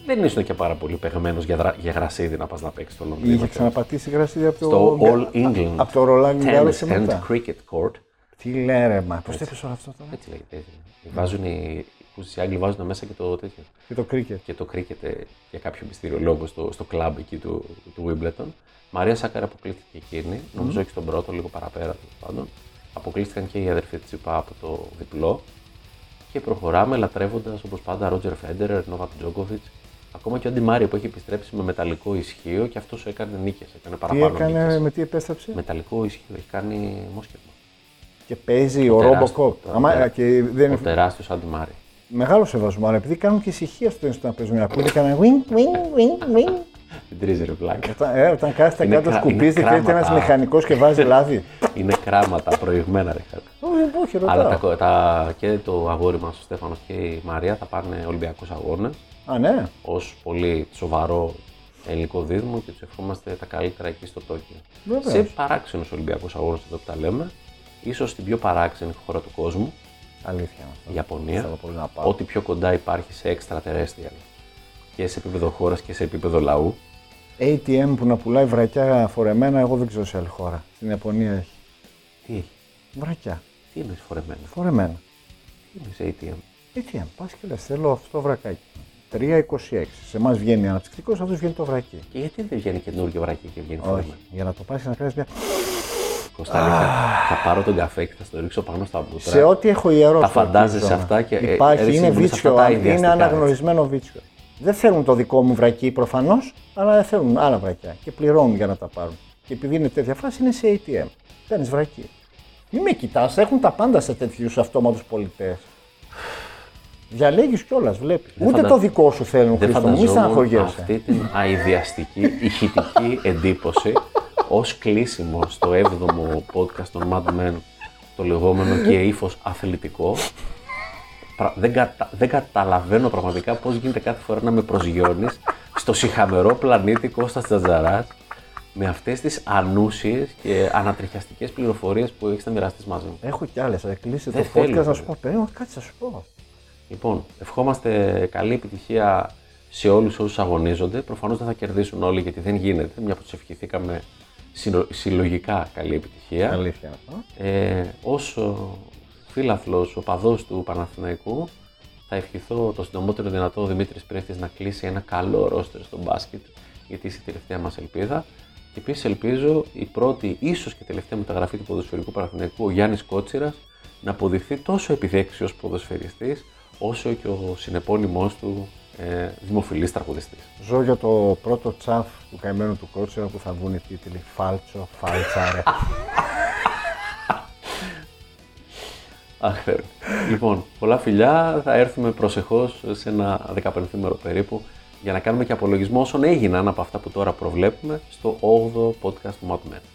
B: δεν ήσουν και πάρα πολύ πεγμένος για, δρα... για γρασίδι να πας να παίξεις στο Λονδίνο.
C: Είχε ξαναπατήσει γρασίδι από το.
B: Στο All England
C: Από το Roland Garros
B: Tennis
C: και
B: and
C: μετά.
B: Cricket Court.
C: Τι λέει ρε, μα. Πώς το έπεσε όλο αυτό τώρα.
B: Έτσι λέγεται. έτσι. Βάζουν οι. Οι Άγγλοι βάζουν μέσα και το τέτοιο.
C: Και το κρίκετ.
B: και το κρίκετ ε, για κάποιο μυστήριο λόγο στο, στο κλαμπ εκεί του, του Wimbledon. Μαρία Σάκαρα αποκλείστηκε εκείνη, νομίζω και στον πρώτο, λίγο παραπέρα τέλος πάντων. Αποκλείστηκαν και οι αδερφοί της ΙΠΑ από το διπλό. Και προχωράμε λατρεύοντας όπως πάντα Ρότζερ Φέντερερ, Νόβακ Τζόκοβιτ. Ακόμα και ο Αντιμάριο που έχει επιστρέψει με μεταλλικό ισχύο και αυτός έκανε νίκες. Έκανε
C: Τι
B: παραπάνω
C: έκανε,
B: νίκες.
C: με τι επέστρεψε.
B: Μεταλλικό ισχύο, έχει κάνει μόσχευμα.
C: Και παίζει ο
B: Τεράστιο.
C: Ρομποκόπ. Άμα
B: Ναι.
C: και δεν
B: Ο
C: είναι.
B: τεράστιο Αντιμάριο.
C: Μεγάλος σεβασμός, αλλά επειδή κάνουν και ησυχία στο Ινστιτούτο να παίζουν. Ακούγεται κανένα wing, wing, wing, wing.
B: Την τρίζεις ρε πλάκα.
C: Όταν, ε, όταν κάθεται
B: Είναι
C: κάτω,
B: κρα-
C: σκουπίζεται
B: είναι
C: και έρχεται ένα
B: κράματα.
C: μηχανικός και βάζει λάδι.
B: Είναι κράματα προηγμένα, ρε χάρη.
C: Όχι, όχι,
B: Αλλά τα,
C: ρωτάω.
B: κο- τα, και το αγόρι μας, ο Στέφανος και η Μαρία, θα πάνε Ολυμπιακούς Αγώνες
C: Α, ναι.
B: ως πολύ σοβαρό ελληνικό δίδυμο και τους ευχόμαστε τα καλύτερα εκεί στο Τόκιο.
C: Βεβαίως.
B: Σε παράξενους Ολυμπιακούς Αγώνες, εδώ που τα λέμε, ίσως την πιο παράξενη χώρα του κόσμου,
C: Αλήθεια. είναι αυτό.
B: η Ιαπωνία,
C: Θέλω πολύ να πάω.
B: ό,τι πιο κοντά υπάρχει σε εξτρατερέστια και σε επίπεδο χώρας και σε επίπεδο λαού.
C: ATM που να πουλάει βρακιά φορεμένα, εγώ δεν ξέρω σε άλλη χώρα. Στην Ιαπωνία έχει.
B: Τι έχει,
C: Βρακιά.
B: τι εννοείς φορεμένο,
C: Φορεμένα.
B: τι εννοείς ATM.
C: ATM, πας και λες, θέλω αυτό το βρακάκι. 3,26. Σε εμάς βγαίνει αναπτυκτικό, αυτός βγαίνει το βρακί.
B: Και γιατί δεν βγαίνει καινούργιο βρακί και βγαίνει φορεμένο.
C: Όχι. Για να το πας και να κάνεις μια.
B: Κωνσταντίνα, θα πάρω τον καφέ και θα στο ρίξω πάνω στα μούτρα.
C: Σε ό,τι έχω ιερό.
B: Τα
C: στο
B: φαντάζεσαι
C: αρχίζομαι.
B: αυτά και, ε,
C: Υπάρχει,
B: έρχεσαι
C: είναι
B: να βρεις
C: βίτσιο.
B: αυτά τα
C: αν- Είναι
B: ιδιαστικά,
C: αναγνωρισμένο βίτσιο. Δεν θέλουν το δικό μου βρακί προφανώς, αλλά θέλουν άλλα βρακιά και πληρώνουν για να τα πάρουν. Και επειδή είναι τέτοια φάση, είναι σε ATM. Παίρνεις βρακί. Μη με κοιτάς, έχουν τα πάντα σε τέτοιους αυτόματους πολιτές. Διαλέγεις κιόλας, βλέπεις. Ούτε
B: φαντα-
C: το δικό σου
B: Δεν
C: θέλουν, Χρήστο μου, μη
B: φανταζόμουν
C: στεναχωριέσαι.
B: αυτή την αειδιαστική, ηχητική εντύπωση ως κλείσιμο στο 7ο podcast των Mad Men, το λεγόμενο και ύφος αθλητικό. Πρα- Δεν, κατα- δεν καταλαβαίνω πραγματικά πώς γίνεται κάθε φορά να με προσγειώνεις στο συχαμερό πλανήτη Κώστα Τζατζαράς με αυτές τις ανούσιες και ανατριχιαστικές πληροφορίες που έχεις να μοιραστείς μαζί μου.
C: Έχω κι άλλες. Κλείσε το
B: Δεν θέλω,
C: podcast να
B: βέβαια.
C: σου πω. Περίμενα, κάτσε να σου πω.
B: Λοιπόν, ευχόμαστε καλή επιτυχία σε όλους όσους αγωνίζονται. Προφανώς δεν θα κερδίσουν όλοι γιατί δεν γίνεται, μια που τους ευχηθήκαμε συνο- συλλογικά καλή επιτυχία.
C: Αλήθεια. είναι αυτό.
B: Ε, ως ο φίλαθλος, ο παδός του Παναθηναϊκού, θα ευχηθώ το συντομότερο δυνατό ο Δημήτρης Πρέφτης να κλείσει ένα καλό ρόστερ στο μπάσκετ, γιατί είσαι η τελευταία μας ελπίδα. Και επίσης ελπίζω η πρώτη, ίσως και τελευταία μεταγραφή του ποδοσφαιρικού Παναθηναϊκού, ο Γιάννης Κότσιρας, να αποδειχθεί τόσο επιδέξιος ποδοσφαιριστής, όσο και ο συνεπώνυμός του ε, δημοφιλής τραγουδιστής.
C: Ζω για το πρώτο τσαφ του καημένου του Κότσερα που θα βγουν οι τίτλοι Φάλτσο, Φάλτσα, ρε.
B: Αχ, Θεέ μου. Λοιπόν, πολλά φιλιά. Θα έρθουμε προσεχώς σε ένα δεκαπενθήμερο περίπου για να κάνουμε και απολογισμό όσων έγιναν από αυτά που τώρα προβλέπουμε στο 8ο podcast του Mad Men.